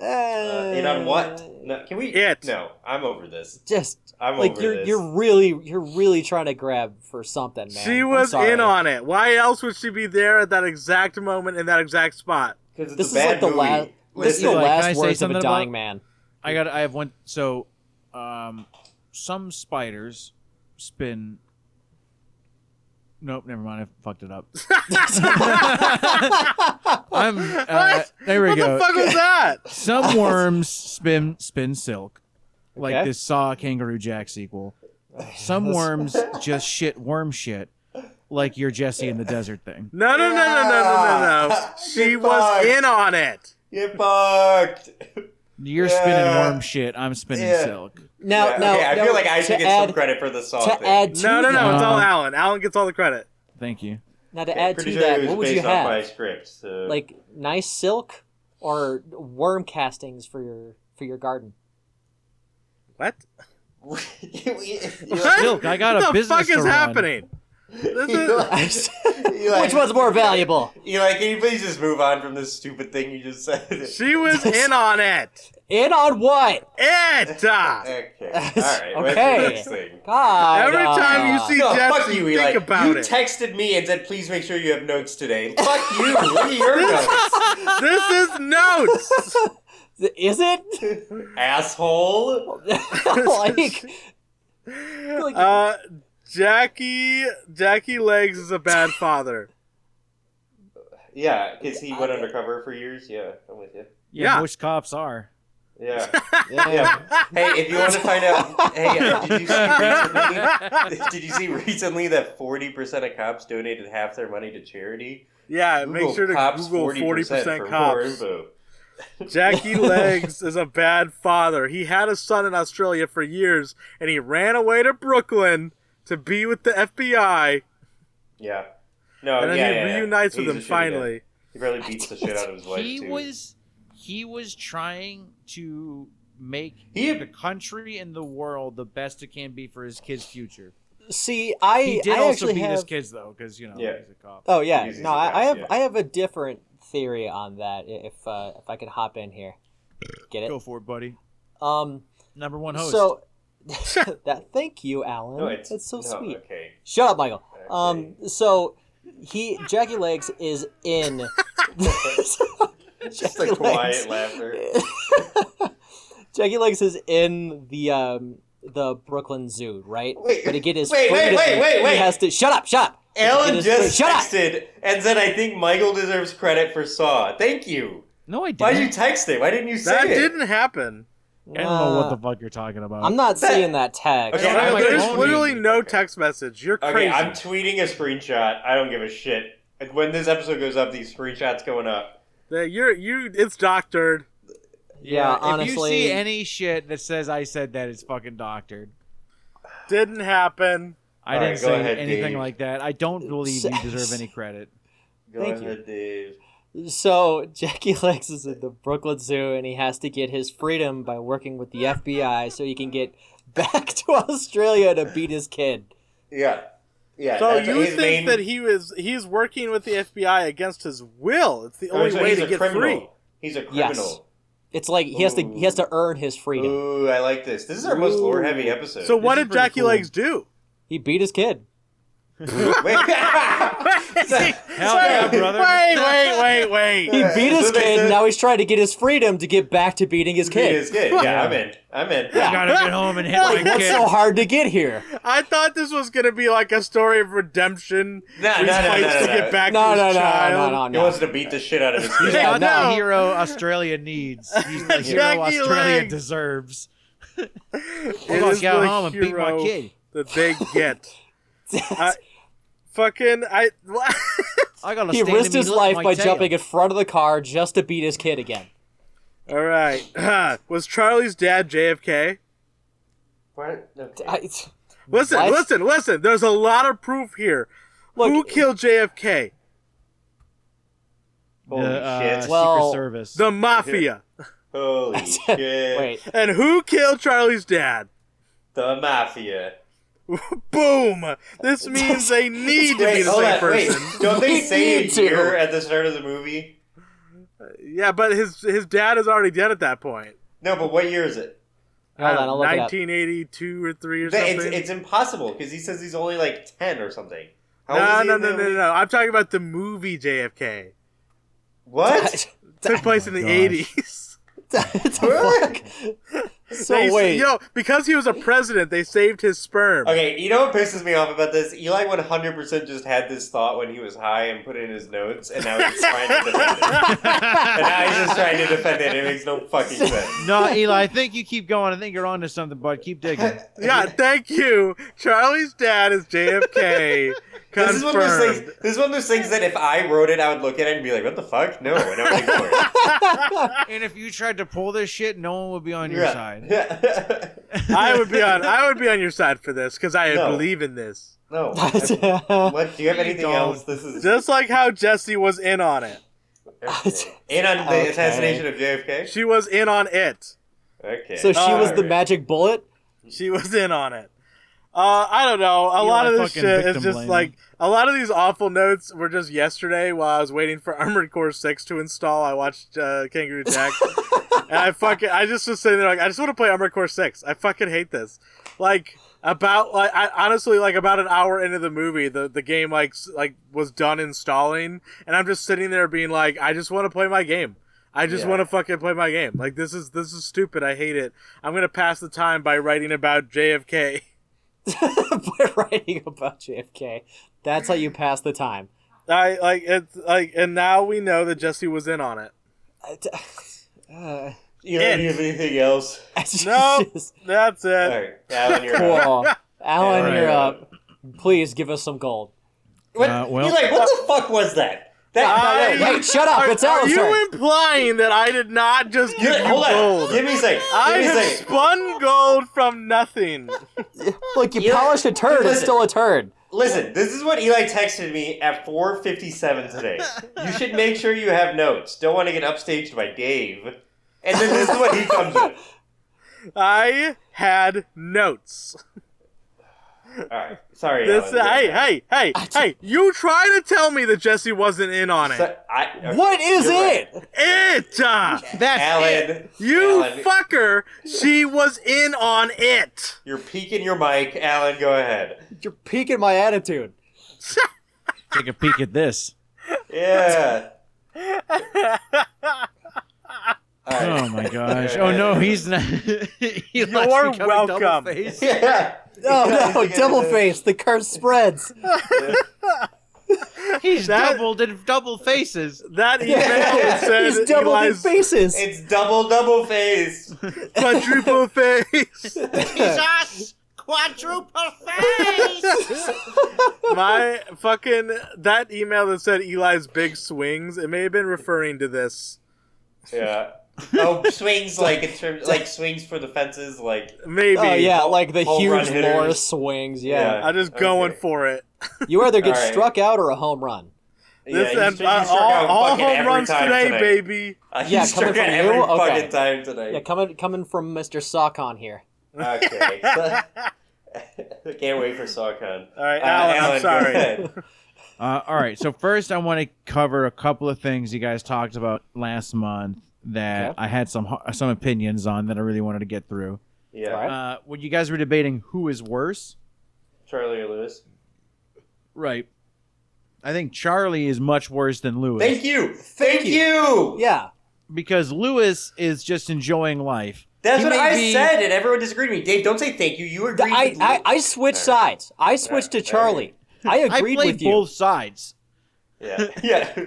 Uh, in on what? No, can we?
It.
No, I'm over this.
Just
I'm
like
over
you're
this.
you're really you're really trying to grab for something, man.
she
I'm
was
sorry.
in on it. Why else would she be there at that exact moment in that exact spot?
Because it's
This
a
is
bad
like the
movie.
last. This is the
Eli, can I
last
say
words of
something
a
about-
dying man.
I got. I have one. So, um, some spiders spin. Nope, never mind. I fucked it up. I'm. Uh,
What?
there we
what
go.
the fuck was that?
Some worms spin spin silk. like
Okay.
this Saw Kangaroo Jack sequel. Some
This-
worms just shit worm shit, like your Jesse in the desert thing.
No, no, no, no, no, no, no, no.
Yeah.
She
Get
was
fucked.
in on it.
Get fucked.
You're spinning
Yeah.
worm shit. I'm spinning
Yeah.
silk.
Now,
Yeah,
now,
okay, I
now,
feel like I
to
should get
add,
some credit for the song.
To
thing.
add to
No, no, no.
that,
It's all
No.
Alan. Alan gets all the credit.
Thank you.
now to
Okay,
add
pretty
to
sure
that,
it was
what would you
based off my
have?
script, so-
Like nice silk or worm castings for your for your garden?
What?
You-
What?
Silk, I got a
what the
business
fuck is
to run.
happening? This
you
is,
like- you like-
Which one's more valuable?
You like? Can you please just move on from this stupid thing you just said?
she was in on it.
In on what?
It. uh,
Okay. All right. what's
Okay.
the next thing?
God.
Every time you
uh,
see
No, fuck
Jesse,
you,
think
Eli.
about
you
it.
texted me and said, "Please make sure you have notes today." Fuck you. What are your notes,
this is notes.
is it
asshole?
like? like
Uh, Jackie Jackie Legs is a bad father.
Yeah, because he went undercover for years. Yeah, I'm with you.
Yeah.
most cops are.
Yeah. Yeah. Hey, if you want to find out, hey, uh, did you see recently, did you see recently that forty percent of cops donated half their money to charity?
Yeah,
Google
make sure to
cops
Google forty
40%
percent
for more
cops.
info.
Jackie Legs is a bad father. He had a son in Australia for years, and he ran away to Brooklyn to be with the FBI,
Yeah. No.
and then
Oh, yeah,
he
yeah, yeah.
reunites
He's
with
a
them
shitty guy.
finally.
He probably beats the shit out of his wife
He
too.
was he was trying to make
He-
the country and the world the best it can be for his kid's future.
see, I
He did
I
also
actually
beat
have.
his kids though, because you know
Yeah.
he's a cop.
Oh yeah,
He's- he's
no,
a
I, I
guy,
have
yeah.
I have a different theory on that. i- If uh, if I could hop in here, get
Go
it?
for it, buddy.
Um,
Number one host.
so that thank you, Alan.
No, it's
That's so
no,
sweet.
Okay.
Shut up, Michael.
okay.
Um, so he Jackie Legs is in.
just
Jackie
a
Legs.
quiet laughter.
Jackie Legs is in the um the Brooklyn Zoo, right?
Wait,
but to get his
wait,
food
wait,
and
wait, wait,
he
wait.
has to shut up, shut up. Get
Alan
his
just
food- shut up.
texted and said, "I think Michael deserves credit for Saw." Thank you.
no, I didn't.
Why would you text it? Why didn't you say
That
it?
didn't happen.
I don't know what
Uh,
the fuck you're talking about.
I'm not
That-
seeing that tag.
Okay,
I
No,
don't like
There's
phone
literally
music.
no text message. You're
Okay,
crazy.
I'm tweeting a screenshot. I don't give a shit. And When this episode goes up, these screenshots going up.
That- You're you. It's doctored.
Yeah,
if
honestly.
you see any shit that says I said that, it's fucking doctored.
Didn't happen.
I
All right,
didn't
go
say
ahead,
anything
Dave.
like that. I don't believe you deserve any credit.
Go
Thank
ahead, Dave.
So Jackie Legs is at the Brooklyn Zoo, and he has to get his freedom by working with the FBI, so he can get back to Australia to beat his kid.
Yeah, yeah.
So
that's
you
his
think
main-
that he was he's working with the FBI against his will? It's the
Oh,
only
so
way
he's
to
a
get
criminal.
free.
He's a
Yes.
criminal.
It's like he has to he has to earn his freedom.
Ooh, I like this. This is our most lore-heavy episode.
So what
is
did
pretty
Jackie
cool.
Legs do?
He beat his kid.
Wait.
Hell yeah,
wait,
brother.
wait, wait, wait,
He
wait.
Yeah,
beat
so
his
they
kid.
said-
and Now he's trying to get his freedom to get back to beating his
He
kid.
is good. Yeah, I'm in. I'm in.
I gotta get home and hit my
Like, what's
kid.
so hard to get here?
I thought this was gonna be like a story of redemption.
No,
where he
no, no,
fights to
no, no,
get
no.
back
No,
to
no, no,
his child.
no, no,
He
no.
wants to beat the shit out of his kid.
Yeah,
Not the
no.
hero Australia needs. He's the hero
Jackie
Australia
Lang.
deserves.
It
I'm gonna
is
go
the
home and beat my
hero
kid.
That they get. I, fucking I.
I gotta
He
stand
risked
him,
his
licked
life
my
by
tail.
jumping in front of the car just to beat his kid again.
All right. was Charlie's dad JFK?
What? Okay.
I,
Listen,
What?
listen, listen. There's a lot of proof here.
look,
Who killed JFK?
The,
Holy
uh,
shit.
Well-
Secret Service.
The mafia.
Holy shit.
wait,
And who killed Charlie's dad?
The mafia.
Boom! This means they need to be the
hold
same
on,
person.
Wait, don't they
We
say a
need to.
year at the start of the movie?
Yeah, but his his dad is already dead at that point.
No, but what year is it?
I
hold
don't
on, I'll
know,
look it up.
1982 or three or
That-
something.
It's, it's impossible because he says he's only like ten or something. How old is
no,
he
no,
in
no,
the
no,
movie?
no. I'm talking about the movie JFK.
What?
It took place in the
gosh.
80s.
What the fuck? So
They s-
wait.
yo, because he was a president, they saved his sperm.
Okay, you know what pisses me off about this? Eli 100% just had this thought when he was high and put it in his notes, and now he's trying to defend it. And now he's just trying to defend it. It makes no fucking sense.
no, Eli, I think you keep going. I think you're onto something, bud. Keep digging.
Yeah, thank you. Charlie's dad is JFK.
This is, one of those
Confirmed.
things, this is one of those things that if I wrote it, I would look at it and be like, what the fuck? No, and I would ignore it.
and if you tried to pull this shit, no one would be on your
Yeah.
side.
I would be on. I would be on your side for this because I
No.
believe in this.
no.
I
What, do you have anything
don't.
else? This is
Just like how Jesse was in on it,
in on the
Okay.
assassination of JFK.
she was in on it.
Okay.
so she
All
was the
right.
magic bullet.
She was in on it. Uh, I don't know. A
Eli
lot of this
fucking
shit is
victim
just
blaming.
like a lot of these awful notes were just yesterday while I was waiting for Armored Core Six to install. I watched uh, Kangaroo Jack, and I fucking I just was sitting there like I just want to play Armored Core Six. I fucking hate this. Like about like I honestly like about an hour into the movie, the the game like s- like was done installing, and I'm just sitting there being like, I just want to play my game. I just
Yeah.
want to fucking play my game. Like this is this is stupid. I hate it. I'm gonna pass the time by writing about JFK.
by writing about JFK. That's how you pass the time.
I like it's like, and now we know that Jesse was in on it.
I d- Uh,
You don't have anything else?
it's
No.
just-
That's it.
All right, Alan, you're up.
cool. Alan,
Alright.
you're up. uh, Please give us some gold.
What,
Uh, well-
he's like, what the fuck was that? That
I-
no, wait,
Wait, shut up!
Are,
It's
are
Alan's turn.
you implying that I did not just give
you-
you
hold
gold?
on. Give me a second.
I
Give me a
have
second.
spun gold from nothing.
Look, you polished a turd. It's
listen.
still a turd.
Listen, this is what Eli texted me at 4:57 today. You should make sure you have notes. Don't want to get upstaged by Dave. And then this is what he comes with.
I had notes.
All right, sorry.
This
Alan.
hey hey hey hey. You try to tell me that Jesse wasn't in on it.
So- I- okay,
What is
you're right.
it?
It. uh,
That's it.
Alan,
You
Alan,
fucker! She was in on it!
you're peeking your mic. Alan, go ahead.
You're peeking my attitude.
Take a peek at this.
Yeah. All right.
Oh my gosh. Oh no, he's not. You're
welcome.
Yeah.
Oh no, double face. The curse spreads.
He's
That-
doubled in double faces.
That email that
He's
said
double
Eli's
faces.
It's double double face.
quadruple face.
Jesus, quadruple face.
My fucking that email that said Eli's big swings. It may have been referring to this.
Yeah. Oh, swings like in terms like swings for the fences like
Maybe.
Oh yeah, like the
Home run
huge
hitters.
lore swings. Yeah.
I'm just going
Okay.
for it.
you either get
All right.
struck out or a home run.
This
yeah,
and, uh, all, all home runs today,
baby.
baby.
Uh, Yeah,
yeah,
coming
struck
from
out every
you? Okay.
fucking time tonight.
Yeah, coming coming from Mr. Sockon here.
Okay. I can't wait for Uh, Sawcon.
All right, Alan, I'm sorry.
Uh, all right. So first, I want to cover a couple of things you guys talked about last month that
Okay.
I had some ho- some opinions on that I really wanted to get through.
Yeah.
All right.
Uh, when you guys were debating who is worse,
Charlie or Lewis.
right? I think Charlie is much worse than Lewis.
Thank you. Thank
you.
you.
Yeah.
because Lewis is just enjoying life.
That's
He
what
may
I
be-
said, and everyone disagreed with me. Dave, don't say thank you. You agreed.
I,
with
I,
Lewis.
I switched sides. I switched to
Alright.
Charlie. I
I
agreed
played
with you.
both sides.
Yeah. Yeah.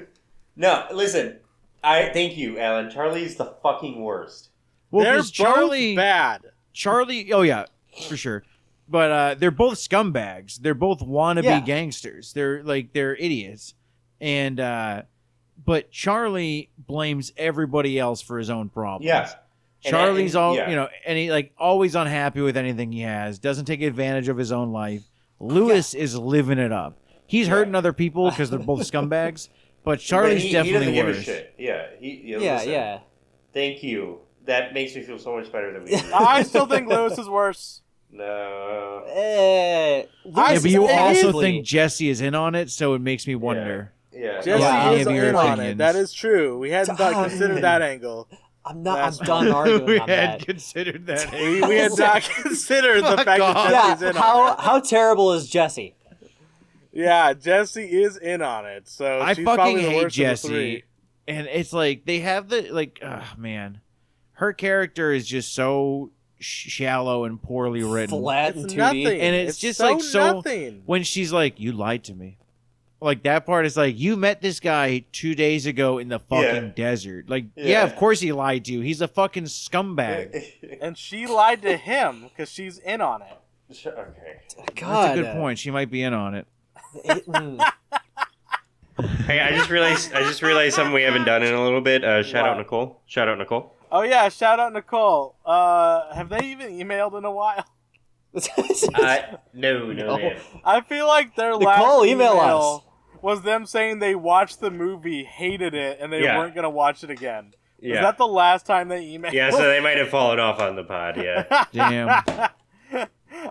No, listen. I thank you, Alan. Charlie's the fucking worst.
Well,
They're
'cause Charlie,
both bad.
Charlie, oh yeah, for sure. But uh, they're both scumbags. They're both wannabe
Yeah.
gangsters. They're like they're idiots. And uh, but Charlie blames everybody else for his own problems.
Yeah. And I-
Charlie's all
yeah.
you know, and he like always unhappy with anything he has. Doesn't take advantage of his own life. Lewis is living it up. He's hurting other people because they're both scumbags. But Charlie's
But he,
definitely
he doesn't
worse.
give a shit. Yeah. He, yeah.
yeah,
listen.
yeah.
Thank you. That makes me feel so much better than we. did.
I still think Lewis is worse.
no.
I
Eh,
Yeah,
Lewis
but
is
Uh, you also
actually-
think Jesse is in on it, so it makes me wonder.
Yeah.
Jesse
Yeah,
is
give your
in on it.
opinions.
That is true. We hadn't thought,
Damn.
considered that angle.
I'm not.
Last
I'm done
we
arguing on
had
that.
considered that.
We, we had not considered the
Fuck
fact
off.
that Jesse's
Yeah.
in on it.
How how terrible is Jesse?
Yeah, Jesse is in on it. So
I
she's
fucking
probably the
hate
worst Of the
Jesse,
three.
and it's like they have the like, oh man, her character is just so shallow and poorly written.
Flat
It's
and 2D.
nothing.
And it's just, like, so-
nothing.
When she's like, "You lied to me," like that part is like, "You met this guy two days ago in the fucking
Yeah.
desert." Like, yeah.
Yeah.
of course he lied to you. He's a fucking scumbag.
okay.
And she lied to him because she's in on it.
God,
That's a good point. She might be in on it.
It, mm,
Hey, I just realized I just realized something we haven't done in a little bit. Uh, shout
What?
out Nicole. Shout out Nicole.
Oh yeah, shout out Nicole. Uh, have they even emailed in a while?
mm.
Uh, no, no,
No.
man.
I feel like their
Nicole,
last
email
email,
us.
was them saying they watched the movie, hated it, and they
Yeah.
weren't gonna watch it again. Is
Yeah,
that the last time they emailed?
yeah. So they might have fallen off on the pod. Yeah.
Damn.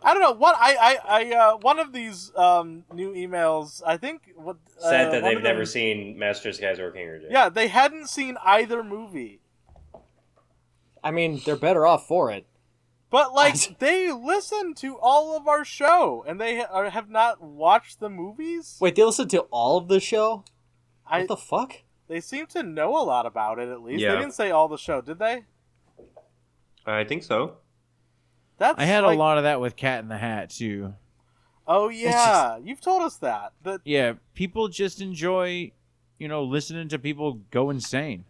I don't know what I I, I uh, one of these um, new emails. I think what uh,
Said
one
that
of
they've
them-
never seen Master Skies or King or Jack.
Yeah, they hadn't seen either movie,
I mean, they're better off for it.
but like they listen to all of our show, and they ha- are- have not watched the movies.
Wait, they listened to all of the show?
I,
what the fuck?
they seem to know a lot about it at least.
Yeah.
They didn't say all the show, did they?
I think so.
That's
I had
like-
a lot of that with Cat in the Hat too.
Oh
just-
yeah, you've told us that. That
Yeah, people just enjoy, you know, listening to people go insane.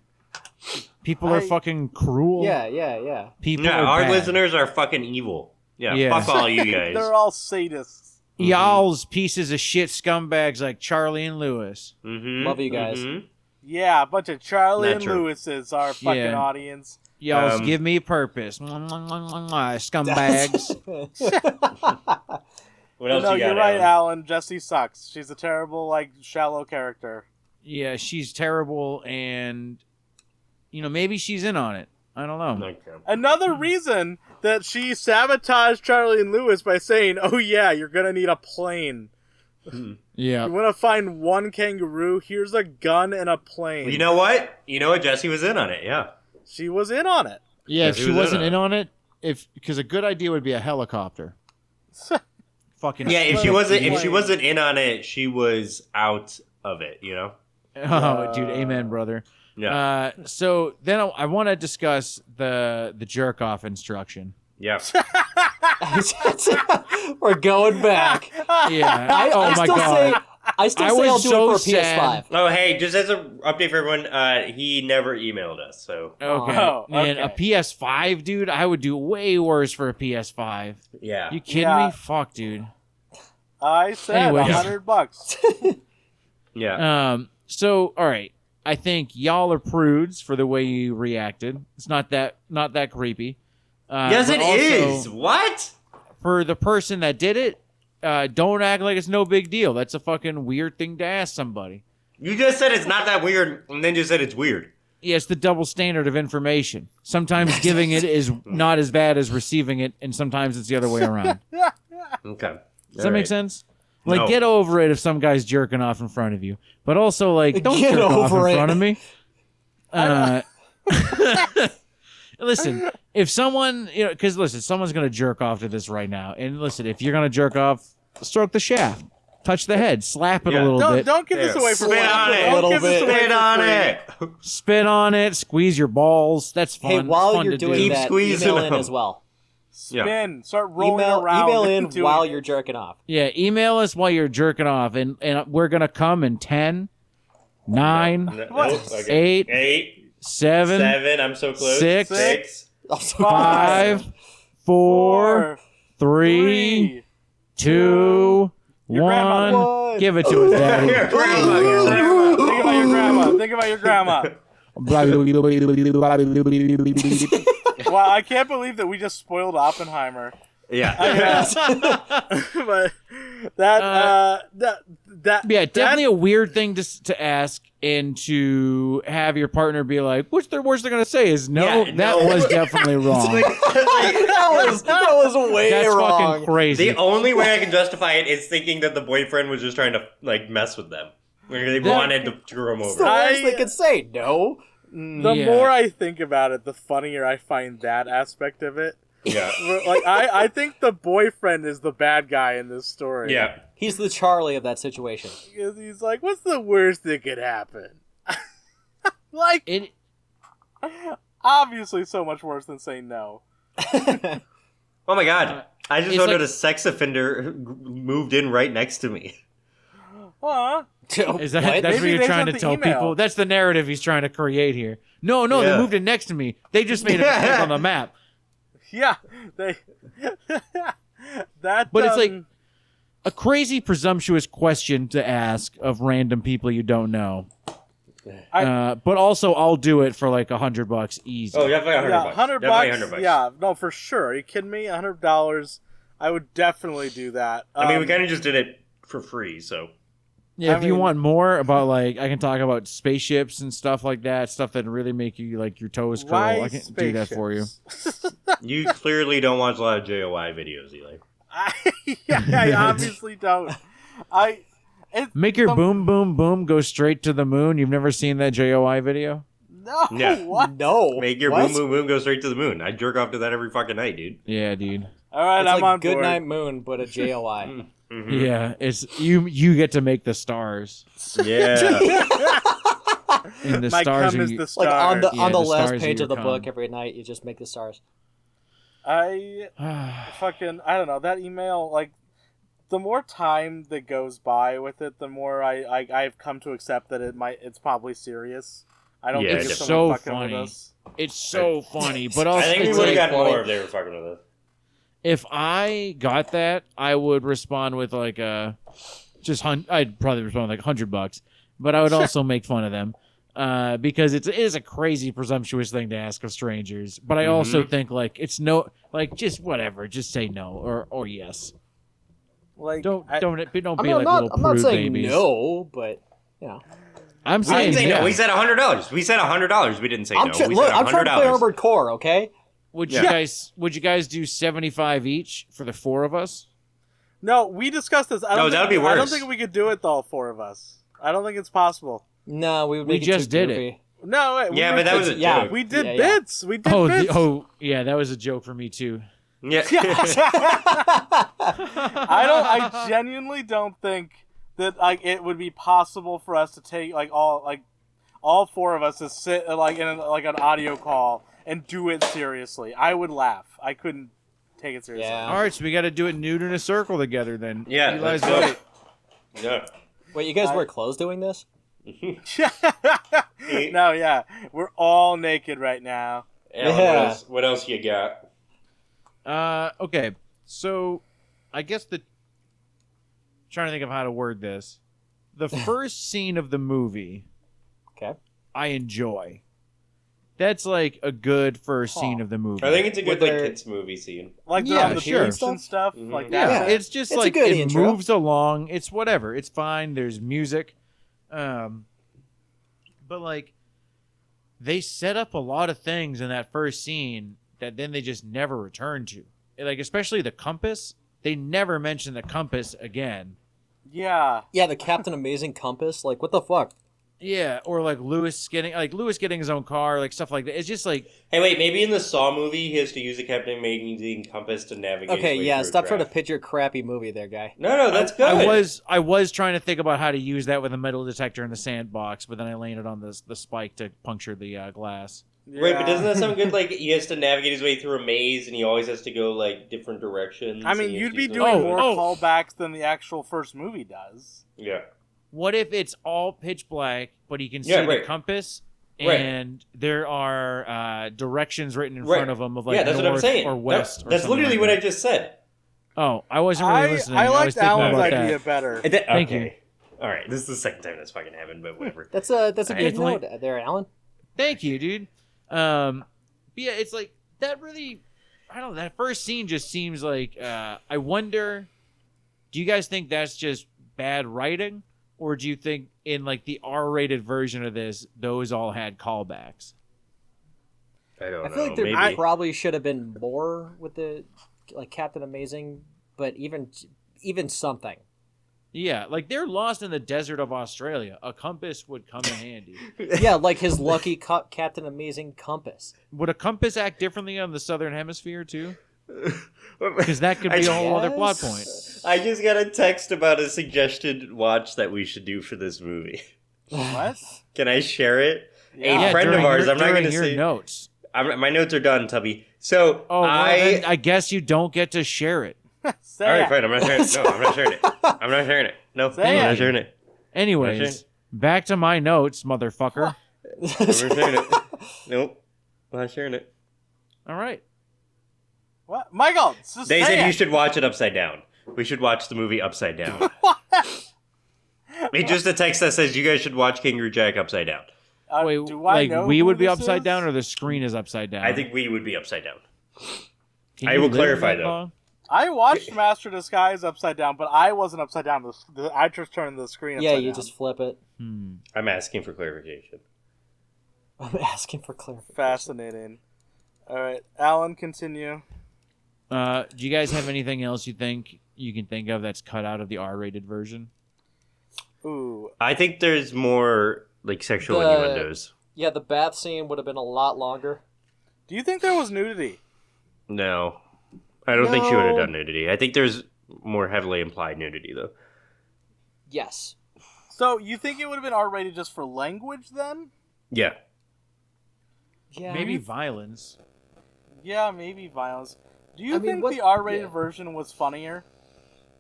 People are
I-
fucking cruel.
Yeah, yeah, yeah.
people
Yeah,
are
our
bad.
listeners are fucking evil. Yeah,
Yeah.
fuck all you guys.
they're all sadists.
Mm-hmm.
Y'all's pieces of shit scumbags like Charlie and Lewis.
Mhm,
Love you guys.
mhm.
Yeah, a bunch of Charlie
Not
and
true.
Lewis's our fucking
Yeah.
audience.
Y'all's
Um,
give me purpose. Mwah, mwah, mwah, mwah, mwah, Scumbags.
What else
no,
you got?
are right,
Alan?
Alan. Jesse sucks. She's a terrible, like, shallow character.
yeah, she's terrible, and you know maybe she's in on it. I don't know.
Okay.
Another
Hmm.
reason that she sabotaged Charlie and Lewis by saying, "Oh yeah, you're gonna need a plane.
Yeah,
You want to find one kangaroo? Here's a gun and a plane."
You know what? You know what? Jesse was in on it. Yeah.
she was in on it.
yeah.
if she wasn't in
on it, if because a good idea would be a helicopter. Fucking
Yeah. If she wasn't, if she
Right.
wasn't in on it, she was out of it. You know.
Oh, dude, amen, brother.
Yeah.
Uh, so then I, I want to discuss the the jerk off instruction.
yeah.
We're going back.
Yeah.
I,
oh
I
my
still
god.
say I still
I
say
was
I'll do
so
it for a PS5.
Oh, hey, just as an update for everyone, uh, he never emailed us. So
okay.
Oh,
Man, a
okay.
PS5, dude. I would do way worse for a PS5.
yeah.
You kidding
Yeah.
me? Fuck, dude.
I said
Anyway.
a hundred bucks.
yeah.
Um. So, all right. I think y'all are prudes for the way you reacted. It's not that not that creepy. Uh,
yes,
but
it
also,
is. What?
for the person that did it. Uh, don't act like it's no big deal. That's a fucking weird thing to ask somebody.
You just said it's not that weird, and then just said it's weird.
Yeah, it's the double standard of information. Sometimes giving it is not as bad as receiving it, and sometimes it's the other way around.
Okay.
Does that make sense? Like,
No.
get over it if some guy's jerking off in front of you, but also like, don't
Get
jerk off
over
in
it.
front of me. Uh, listen, if someone, you know, because listen, someone's gonna jerk off to this right now, and listen, if you're gonna jerk off, stroke the shaft, touch the head, slap it
Yeah.
a little
don't
bit,
don't give this
There.
away for
Spit
free.
on it.
Don't give this
Little bit.
away
Spit
for
on
free.
it.
spit on it, squeeze your balls. That's fun.
Hey,
It's
while
fun
you're
to do.
doing
Keep
that,
squeezing
email in
them.
as well.
Yeah.
Spin. Start rolling
Email,
around.
email in
doing
while
it.
you're jerking off.
Yeah, email us while you're jerking off, and, and we're going to come in 10, 9,
What?
Nope, okay.
eight,
Eight,
7,
seven, I'm so close.
six,
Six.
I'm so
five, four, three,
three.
two,
Your grandma.
one.
One.
Give it to us, daddy.
Here, grandma, grandma.
Think about your grandma. Think about your grandma. wow, I can't believe that we just spoiled Oppenheimer.
Yeah.
I, uh, but that, uh, that, that,
Yeah,
that-
definitely a weird thing to s- to ask and to have your partner be like, "What's the worst they're gonna say?" Is no,
Yeah,
that
no.
was definitely wrong.
that was that was way
That's
wrong.
fucking crazy.
The only way I can justify it is thinking that the boyfriend was just trying to like mess with them. Like, they
Yeah.
wanted to screw him
It's the
over.
worst
I-
they could say. No. Mm.
the
Yeah.
more I think about it, the funnier I find that aspect of it.
Yeah.
Like, I, I think the boyfriend is the bad guy in this story.
Yeah.
He's the Charlie of that situation.
Because he's like, what's the worst that could happen? like,
It-
obviously so much worse than saying no.
Oh my god. I just
It's
noticed a
like-
sex offender moved in right next to me.
Aw.
Is
What?
that that's what
Maybe
you're
they sent
trying to
the
tell
email.
people? That's the narrative he's trying to create here. No, no,
Yeah.
they moved in next to me. They just made a
Yeah.
mistake on the map.
Yeah, they. that.
But it's like-
um,
A crazy presumptuous question to ask of random people you don't know.
I-
uh, but also, I'll do it for like a hundred bucks easy.
Oh, definitely hundred
yeah,
bucks.
hundred
Definitely
bucks.
100 bucks.
Yeah, no, for sure. Are you kidding me? hundred dollars. I would definitely do that.
I mean, we
Um,
kind of just did it for free, so.
Yeah,
I
if you
mean-
want more about like, I can talk about spaceships and stuff like that, stuff that really make you like your toes curl.
why
I can do that for you.
spaceships?
You clearly don't watch a lot of JOY videos, Eli.
I, yeah, I obviously don't. I. It,
Make your
Some-
boom, boom, boom go straight to the moon. You've never seen that JOI video?
no.
Yeah.
What?
No.
Make your
What?
boom, boom, boom go straight to the moon. I jerk off to that every fucking night, dude.
Yeah, dude.
All right,
It's
I'm
like
on
Good
board.
Night Moon, but a JOI.
Mhm.
Yeah, it's you. You get to make the stars
Yeah.
and the
My
stars.
cum
Are
is
you,
the star.
like on the
Yeah,
on the,
the
last
stars
page
are
of the
your
book
con.
every night, you just make the stars.
I fucking I don't know that email like the more time that goes by with it the more I, I I've come to accept that it might it's probably serious. I don't
Yeah,
think
it
it's
is.
someone
So
fucking
funny.
with us.
it's so funny, but
I
also
think we
it's
would've
like,
gotten
if they were fucking with us.
if I got that, I would respond with like a just hun- I'd probably respond with like hundred bucks, but I would also make fun of them uh, because it's, it is a crazy presumptuous thing to ask of strangers. But I also
Mm-hmm.
think like it's no like just whatever, just say no or or yes.
Like
Don't
I,
don't don't be
I mean, I'm
like
not
little
I'm not
prude
saying
babies.
no, but you know.
I'm
we
saying
didn't say
yeah.
no. We said hundred dollars. We said hundred dollars. We didn't say
I'm
no.
tr-
we
look,
said
I'm trying to play
$100.
Armored Core, okay?
Would
Yeah.
you guys would you guys do seventy five each for the four of us?
no, we discussed this. I
No,
don't
that'd
think,
be
I don't
worse.
think we could do it the all four of us. I don't think it's possible.
No, we would
We
make
just
it too
did it.
goofy.
No, wait, we
Yeah,
made-
but that was a
Yeah.
joke.
we did
Yeah, yeah.
bits. We did
Oh, the,
bits.
oh yeah, that was a joke for me too.
Yeah.
I don't. I genuinely don't think that like it would be possible for us to take like all like all four of us to sit uh, like in a, like an audio call and do it seriously. I would laugh. I couldn't take it seriously.
Yeah.
All right, so we got to do it nude in a circle together then.
Yeah, let's
Eli's
do
right.
it. yeah.
Wait, you guys
I-
wear clothes doing this?
no, yeah, we're all naked right now.
Alan, what,
Yeah.
else, what else you got?
Uh, okay, so I guess the trying to think of how to word this. The first scene of the movie,
Okay.
I enjoy. That's like a good first
Aw.
scene of the movie.
I think it's a good
With
like
their-
kids movie scene.
Like
Yeah,
on the
sure.
beach and stuff.
Mhm.
Like
yeah,
that.
it's just
It's a
like
good
it
intro.
moves along. It's whatever. It's fine. There's music, um, but like they set up a lot of things in that first scene that then they just never return to. Like especially the compass. They never mention the compass again.
yeah.
Yeah, the Captain Amazing compass. Like, what the fuck?
Yeah, or like Lewis getting like Lewis getting his own car, like stuff like that. It's just like
Hey, wait, maybe in the Saw movie, he has to use the Captain Amazing compass to navigate. his
Okay,
way
yeah,
through a
stop trying to
draft.
pitch your crappy movie there, guy.
No, no, that's good.
I was I was trying to think about how to use that with a metal detector in the sandbox, but then I landed on the the spike to puncture the uh, glass.
Right, but
Yeah.
doesn't that sound good? Like he has to navigate his way through a maze, and he always has to go like different directions.
I
and
mean,
he has
you'd
to
be
use
doing
Oh,
more
oh.
callbacks than the actual first movie does.
Yeah,
What if it's all pitch black, but he can see
Yeah, right.
the compass,
Right.
and there are uh, directions written in
Right.
front of him of like
yeah, that's
north
what I'm saying.
or
That-
west. or
that's
something
literally
like
what I
that.
just said.
Oh, I wasn't really
I,
listening.
I
was
liked
thinking
Alan's
about
idea
That.
better.
And that-
Thank
okay. All right, this is the second time that's fucking happened, but whatever.
That's a that's a
Alright,
good
it's only-
note there, Alan.
Thank you, dude. Um, but yeah, it's like that. Really, I don't. know. That first scene just seems like. Uh, I wonder. Do you guys think that's just bad writing, or do you think in like the R-rated version of this, those all had callbacks?
I don't
I feel
know.
like there
maybe.
probably should have been more with the like Captain Amazing, but even even something.
Yeah, like they're lost in the desert of Australia. A compass would come in handy.
Yeah, like his lucky co- Captain Amazing compass.
Would a compass act differently on the southern hemisphere too? Because that could
I
be a whole other plot point.
Yes.
I just got a text about a suggested watch that we should do for this movie.
What?
Can I share it?
Yeah.
friend of
during
ours,
your-
I'm not
during
gonna
your
say-
notes.
I'm, my notes are done, Tubby. So
Oh, well,
I
then I guess you don't get to share it.
Say
all right,
it.
fine. I'm not sharing it. No, I'm not sharing it. I'm not sharing it. No,
Say
I'm not
it.
sharing it.
Anyways, back to my notes, motherfucker.
I'm not sharing it. Nope. I'm not sharing it.
All right.
What? Michael, just
They
say
said
it.
you should watch it upside down. We should watch the movie upside down. It's just a text that says you guys should watch Kangaroo Jack upside down.
Uh,
Wait,
do I
like
know
we
who
would be
this
upside
is?
down, or the screen is upside down.
I think we would be upside down.
Can
I
you
will
live
clarify,
that
though.
long?
I watched Master Disguise upside down, but I wasn't upside down. The- the- I just turned the screen.
yeah,
upside
you
down.
just flip it.
Hmm.
I'm asking for clarification.
I'm asking for clarification.
fascinating. All right, Alan, continue.
Uh, do you guys have anything else you think you can think of that's cut out of the R-rated version?
Ooh,
I think there's more like sexual
The-
innuendos.
Yeah, the bath scene would have been a lot longer.
do you think there was nudity?
No, I don't think she would have
No.
done nudity. I think there's more heavily implied nudity though.
Yes.
So you think it would have been R rated just for language then?
Yeah,
Yeah.
Maybe violence.
Yeah, maybe violence. Do you
I mean,
think
what-
the R rated
yeah.
version was funnier?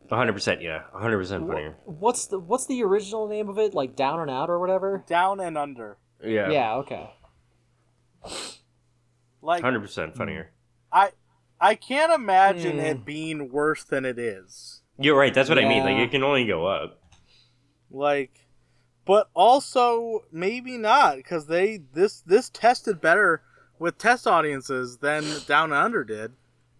100. percent Yeah, 100 percent
Wha-
funnier.
What's the What's the original name of it? Like Down and Out or whatever.
Down and under.
Yeah,
Yeah. Okay.
Like
100 percent funnier.
I can't imagine
Hmm.
it being worse than it is.
You're right. That's what I mean. Like
Yeah.
it can only go up.
Like, but also maybe not because they this this tested better with test audiences than Down and Under did.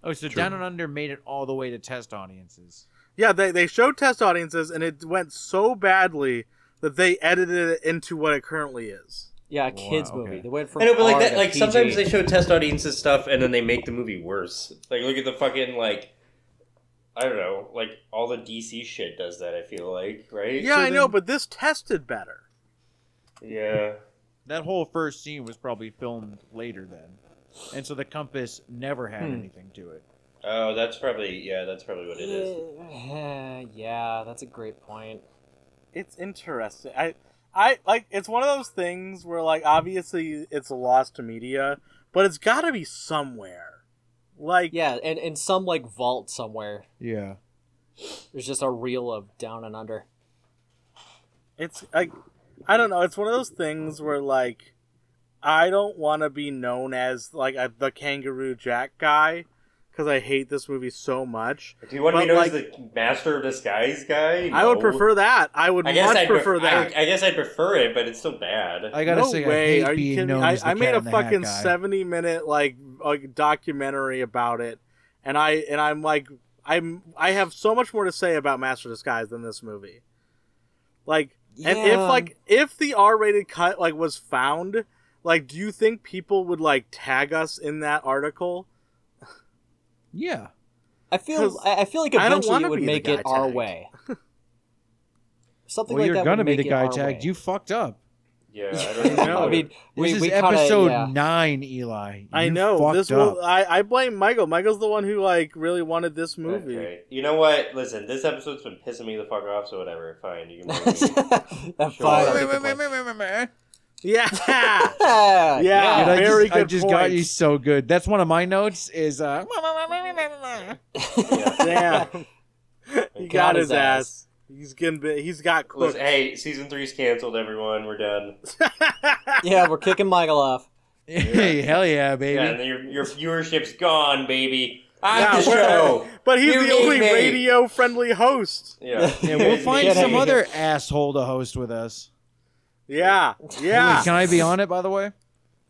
Oh, so Down and Under made it all the way to test audiences.
Yeah, they, they showed test audiences and it went so badly that they edited it into what it currently is.
Yeah, a kids
Wow,
movie.
okay.
They went from
I know, but like
R
that.
to
Like
PG.
sometimes they show test audiences stuff and then they make the movie worse.
Like, look at the fucking like. I don't know, like all the DC shit does that. I feel like, right?
Yeah,
So
I know,
then-
but this tested better.
yeah,
That whole first scene was probably filmed later then, and so the compass never had
Hmm.
anything to it.
oh, that's probably yeah, that's probably what it is.
Yeah, yeah, that's a great point.
It's interesting. I I like it's one of those things where like obviously it's lost to media, but it's got to be somewhere. Like
Yeah, and in some like vault somewhere,
Yeah.
there's just a reel of Down and Under.
it's like I don't know, it's one of those things where like I don't want to be known as like a, the Kangaroo Jack guy cuz I hate this movie so much.
Do you want to be
But,
known as the master of disguise guy?
I would
No.
prefer that. I would
I guess
much
I'd
prefer
pref- I,
that.
would- I guess I'd prefer it, but it's still bad.
I gotta
no
say,
way.
I hate
Are you
being
kidding me?
known
I,
as the
I made
Cat
a
in the Hat
fucking
guy.
seventy minute like, like documentary about it, and I and I'm like I'm I have so much more to say about Master Disguise than this movie. Like, and if
Yeah.
like if the R rated cut like was found, like, do you think people would like tag us in that article?
Yeah.
I feel
'Cause
I I feel like
I don't
eventually
wanna
it would
be the
make
guy
it our
tagged.
way. Something
well,
like
you're
that
gonna
would
be the
make it
guy
our
tagged.
way.
You fucked up.
Yeah, I don't know.
No.
I mean,
This
we,
is
we kinda-
episode
yeah.
nine, Eli.
I
You
know
fucked
this
up.
will. uh, I I blame Michael. Michael's the one who like really wanted this movie.
Okay. You know what? Listen, this episode's been pissing me the fuck off, so whatever. Fine, you can. blame me.
That
Sure.
fire-
Wait,
Yeah. yeah.
yeah,
Yeah.
Dude, I
Very
just, I
good
just
point.
got you so good. That's one of my notes. Is uh,
Damn. he got, his, ass. He's getting. Bit, he's got cooked.
Listen, hey, season three's canceled. Everyone, we're done.
yeah, we're kicking Michael off.
hey, hell yeah,
Yeah, and
baby.
then your your viewership's gone, baby. I'm
Yeah,
the
we're-
show.
but he's
You
the only
need me.
radio-friendly host.
Yeah,
Yeah, we'll find
Yeah,
some
yeah.
other asshole to host with us.
Yeah, yeah.
Wait, Can I be on it, by the way?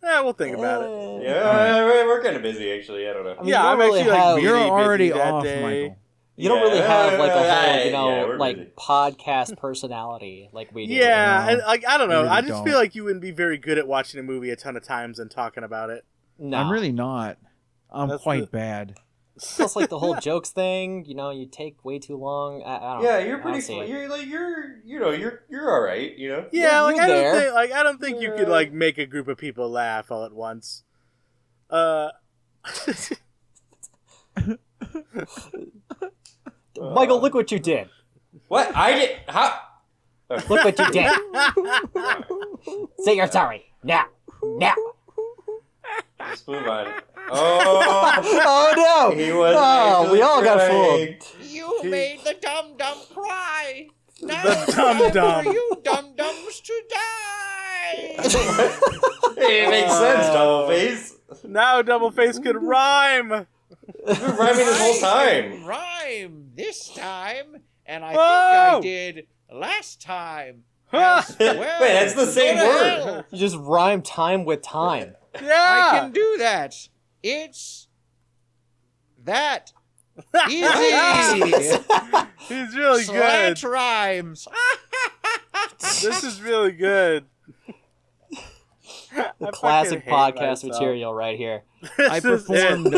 yeah we'll think about it.
Uh,
Yeah, we're, we're kind of busy actually. I don't know.
I mean,
yeah,
you
I'm
don't really
actually like
have-
really
You're already
busy that
off,
day.
Michael.
You don't really
Yeah,
have like a whole, you
yeah,
know,
we're
like
busy.
podcast personality like we do.
Yeah,
No.
and like I don't know.
Really
I just feel
don't.
like you wouldn't be very good at watching a movie a ton of times and talking about it.
No.
I'm really not. I'm
That's
quite
the-
bad.
Plus, like the whole jokes thing, you know, you take way too long. I, I don't
Yeah,
know.
you're
Oh, I
pretty.
don't see
fl-
it.
You're like you're you know you're you're all right. You know.
Yeah,
Were
like
you
I don't
there?
think like I don't think you could
Yeah.
like make a group of people laugh all at once. Uh,
Uh,
Michael, look what you did.
What I did? How?
Look what you did. Say you're sorry. Now. Now.
Let's move on.
Oh,
oh no!
he was.
Oh, we all got
right.
fooled.
You
He-
made the dum dum cry. Now
The
it's
dum
time
dum.
for you dum dums to die.
it makes sense,
Uh,
Doubleface.
Now double face could rhyme.
You've been rhyming this whole time.
Rhyme this time, and I
Oh!
think I did last time.
Huh.
Well,
Wait, that's the
go
same
to
word.
hell.
You just rhyme time with time.
I
yeah.
can do that. It's that easy.
He's
Oh,
really
Slant
good.
rhymes.
This is really good. I fucking
Classic
hate
podcast
myself.
material right here.
This
I
is it.
performed.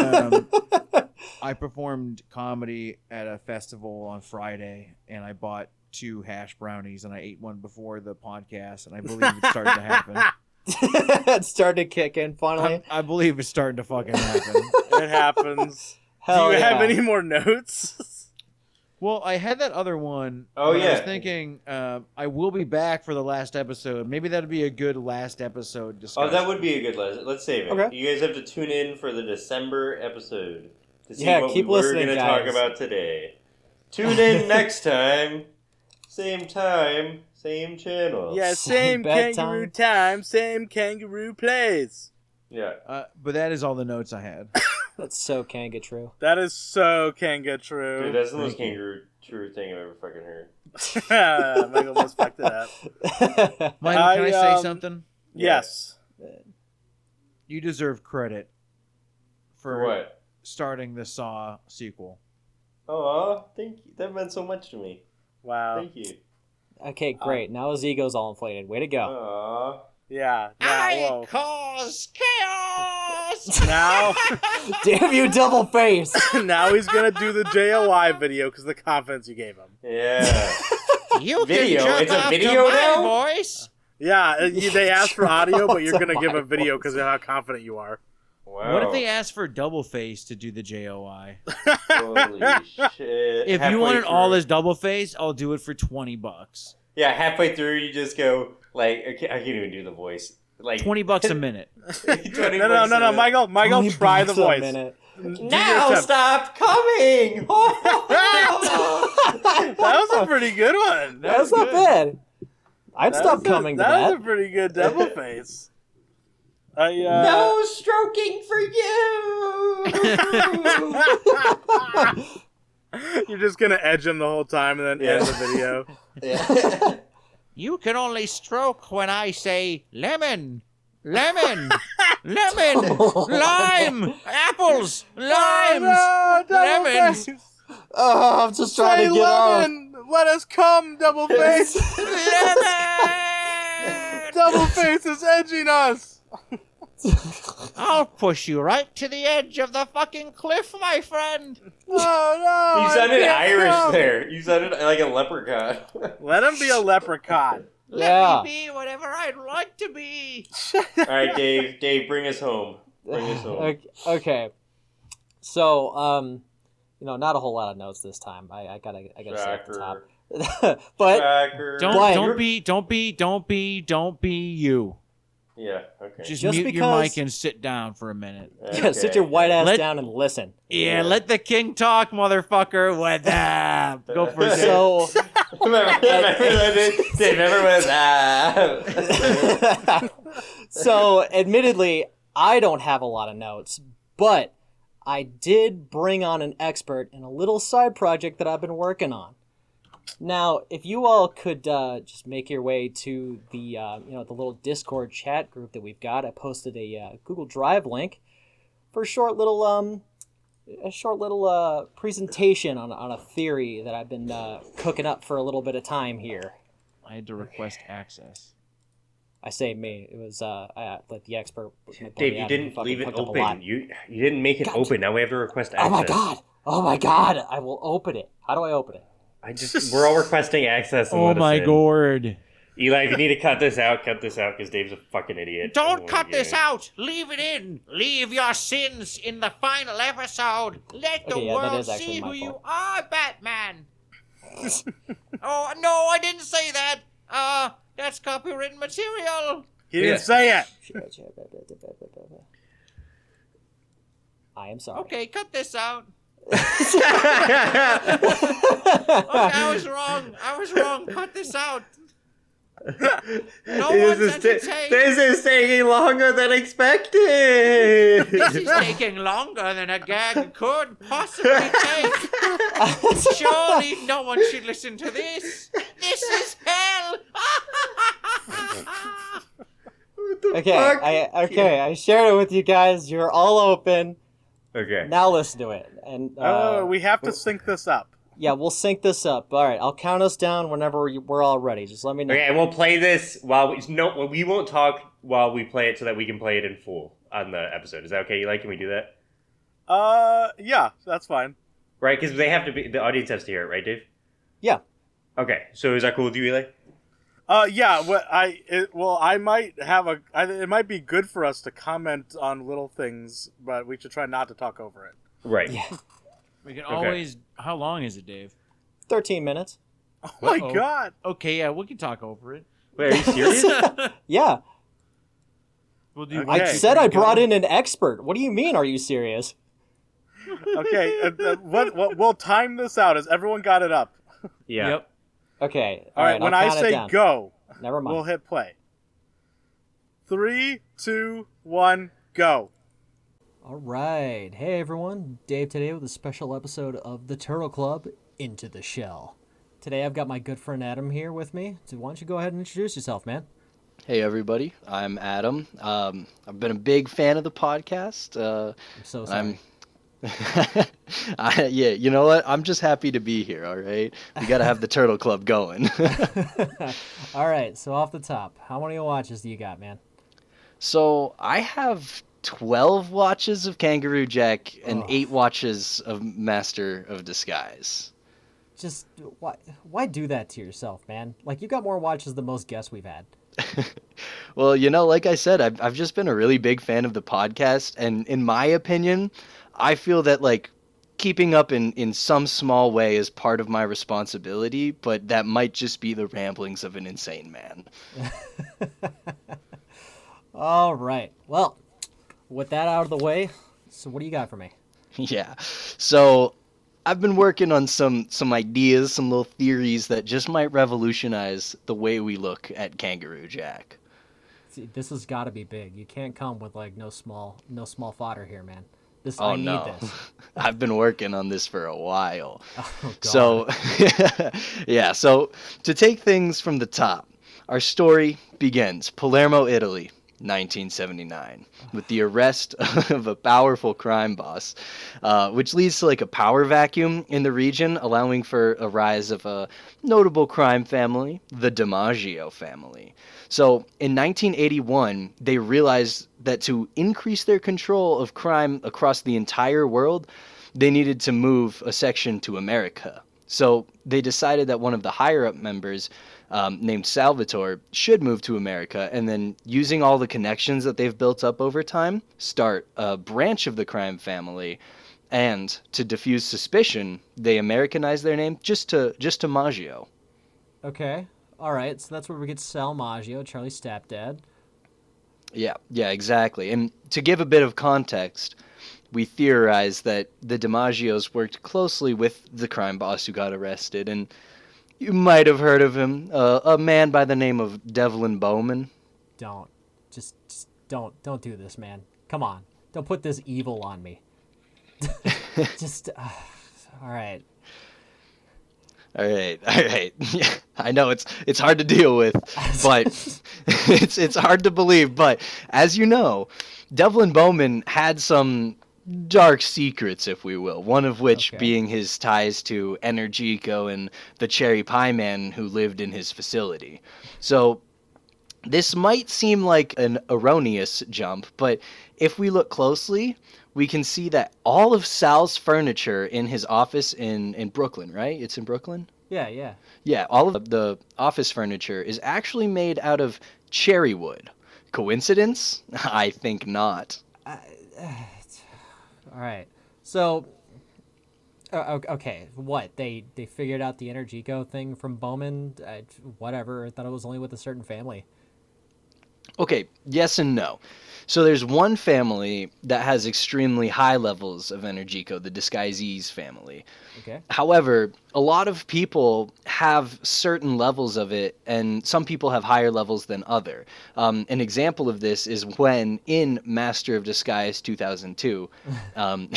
Um, I performed comedy at a festival on Friday, and I bought two hash brownies, and I ate one before the podcast, and I believe it's starting to happen.
it started to kick in finally.
I, I believe it's starting to fucking happen.
It happens. Do
Hell
you
yeah.
have any more notes?
Well, I had that other one.
Oh,
but I was
yeah.
thinking um, I will be back for the last episode. Maybe that'd be a good last episode discussion.
Oh, that would be a good lesson. Let's save it.
Okay.
You guys have to tune in for the December episode to see
Yeah,
what
keep
we were
listening,
going to
guys.
talk about today. Tune in next time, same time, same channel.
Yeah,
Same
same
bad
kangaroo time. same kangaroo place.
Yeah.
Uh, but that is all the notes I had.
That's so Kanga true.
That is so Kanga true.
Dude, that's the most kangaroo true thing I've ever fucking heard.
Michael almost fucked it up.
Mike,
I,
can I say
um,
something?
Yes.
You deserve credit
For what?
starting the Saw sequel.
Oh, thank you. That meant so much to me.
Uh,
Wow.
Thank you.
okay,
Uh,
great. Now his ego's all inflated. Way to go.
Aw.
Yeah.
I
Yeah. Whoa.
cause chaos.
Now, uh,
Damn you, double face!
now he's gonna do the JOI video because the confidence you gave him.
Yeah.
You
Video?
can jerk
It's a
off
video
to
now?
my voice.
Yeah, uh, you- they asked for audio, but you're gonna give
my
a video because of how confident you are.
wow.
What if they asked for Double Face to do the JOI?
Holy shit.
If
Halfway
you wanted all
through.
as Double Face, I'll do it for twenty bucks.
Yeah, halfway through, you just go, like, I can't, I can't even do the voice. Like,
Twenty bucks a minute.
20
No, no, no, no, Michael, Michael,
Only
try the
bucks a
voice.
minute.
Do your
Now
attempt.
stop
that
coming!
was a pretty good one. That
That's not bad. I'd
That
stop
was a-
coming to
That,
that.
was a pretty good double face. I, uh,
no stroking for you!
You're just gonna edge him the whole time and then end the video.
Yeah.
You can only stroke when I say lemon, lemon, lemon, lime, apples, limes.
Oh, no, double
Lemons.
face.
oh, I'm just trying
Say
to get off.
lemon. Let us come, double face.
Lemon!
double face is edging us.
I'll push you right to the edge of the fucking cliff, my friend.
Oh no!
you
I
sounded
can't
Irish
come.
there. You sounded like a leprechaun.
Let him be a leprechaun.
Let
Yeah.
me be whatever I'd like to be.
all right, Dave. Dave, bring us home. Bring us home.
Ok- okay. So, um, you know, not a whole lot of notes this time. I, I gotta, I gotta say at the top.
Tracker.
but
Tracker.
Don't
Why?
don't be don't be don't be don't be you.
Yeah, okay.
Just,
Just
mute your
because-
mic and sit down for a minute.
yeah, sit your white ass
Let-
down and listen.
Yeah, let the king talk, motherfucker. What up? Go for it. Dave.
So,
remember, remember, when- Dave, remember when ah.
so admittedly, I don't have a lot of notes, but I did bring on an expert in a little side project that I've been working on. Now, if you all could uh, just make your way to the uh, you know the little Discord chat group that we've got, I posted a uh, Google Drive link for a short little um a short little uh, presentation on, on a theory that I've been uh, cooking up for a little bit of time here.
I had to request access.
I say me. It was uh, I let the expert.
Dave, you didn't
fucking
leave it
hooked up a lot.
open. You you didn't make it
God.
open. Now we have to request access.
Oh my god! Oh my god! I will open it. How do I open it?
I just we're all requesting access. And
Oh
let us
my
in.
gourd.
Eli, if you need to cut this out, cut this out because Dave's a fucking idiot.
Don't
Oh,
cut
yeah.
this out. Leave it in. Leave your sins in the final episode. Let the
Okay, yeah, that
world
is actually
see
my
who you
fault.
are, Batman. oh no, I didn't say that. Uh, that's copyrighted material.
He didn't
Yeah.
say it.
I am sorry.
Okay, cut this out.
That's
Okay, I was wrong. I was wrong. Cut this out. No
this,
one
is ta-
entertained.
this is taking longer than
This
expected.
is taking longer than a gag could possibly take. Surely no one should listen to this. This is hell.
What the
okay,
fuck?
I, okay, I shared it with you guys. You're all open.
okay.
Now listen to it. And uh,
oh, we have to sync this up.
yeah, we'll sync this up. All right, I'll count us down whenever you- we're all ready. Just let me know.
Okay, and we'll play this while we no, we won't talk while we play it so that we can play it in full on the episode. Is that okay? Eli, can we do that?
Uh, yeah, that's fine.
Right, because they have to be the audience has to hear it, right, Dave?
Yeah.
Okay, so is that cool with you, Eli?
Uh, yeah. What I it, well, I might have a. I, it might be good for us to comment on little things, but we should try not to talk over it.
Right.
Yeah.
We can
Okay.
always. How long is it, Dave?
Thirteen minutes.
Oh my
Uh-oh.
god!
Okay, yeah, we can talk over it.
Wait, are you serious?
Yeah,
We'll do.
Okay.
I
Hey,
said I brought in an expert. What do you mean? Are you serious?
Okay, uh, uh, what, what we'll time this out. Has everyone got it up?
yeah.
Yep.
Okay.
All
All
right.
right,
when
I'll
I
count it
say
down.
go,
never mind.
we'll hit play. Three, two, one, go.
All right. Hey, everyone. Dave today with a special episode of the Turtle Club Into the Shell. Today I've got my good friend Adam here with me. So why don't you go ahead and introduce yourself, man?
Hey everybody, I'm Adam. Um, I've been a big fan of the podcast. Uh,
I'm so sorry.
I'm, I, yeah, you know what? I'm just happy to be here. All right, we got to have the Turtle Club going.
All right. So off the top, how many watches do you got, man?
so I have twelve watches of Kangaroo Jack and
Oh.
eight watches of Master of Disguise.
Just why why do that to yourself, man? Like you got more watches than most guests we've had.
Well, you know, like I said, I've, I've just been a really big fan of the podcast. And in my opinion, I feel that, like, keeping up in, in some small way is part of my responsibility, but that might just be the ramblings of an insane man.
All right. Well, with that out of the way, so what do you got for me?
yeah. So I've been working on some, some ideas, some little theories that just might revolutionize the way we look at Kangaroo Jack.
See, this has got to be big. You can't come with like no small no small fodder here, man. This
Oh,
I need
no.
this.
I've been working on this for a while.
Oh, God.
So, yeah, so to take things from the top, our story begins Palermo, Italy, 1979, with the arrest of a powerful crime boss, uh, which leads to like a power vacuum in the region, allowing for a rise of a notable crime family, the DiMaggio family. So, in 1981, they realized that to increase their control of crime across the entire world, they needed to move a section to America. So they decided that one of the higher up members, um, named Salvatore, should move to America and then, using all the connections that they've built up over time, start a branch of the crime family. And to diffuse suspicion, they Americanized their name just to just to Maggio.
okay, all right. So that's where we get Sal Maggio, Charlie Stepdad.
Yeah, yeah, exactly. And to give a bit of context, we theorize that the DiMaggios worked closely with the crime boss who got arrested, and you might have heard of him, uh, a man by the name of Devlin Bowman.
Don't just, just don't don't do this, man. Come on, don't put this evil on me. just uh, all right.
All right, all right. Yeah, I know it's it's hard to deal with, but it's it's hard to believe. But as you know, Devlin Bowman had some dark secrets, if we will. One of which
Okay.
being his ties to Energico and the Cherry Pie Man who lived in his facility. So this might seem like an erroneous jump, but if we look closely, we can see that all of Sal's furniture in his office in, in Brooklyn, right? It's in Brooklyn?
Yeah, yeah.
Yeah, all of the office furniture is actually made out of cherry wood. Coincidence? I think not.
All right. So, uh, o- okay, what they they figured out the Uh, Energico thing from Bowman? I, whatever. I thought it was only with a certain family.
Okay, yes and no. So there's one family that has extremely high levels of Energico, the disguisees family.
Okay.
However, a lot of people have certain levels of it, and some people have higher levels than other. Um, an example of this is when in Master of Disguise 2002, um,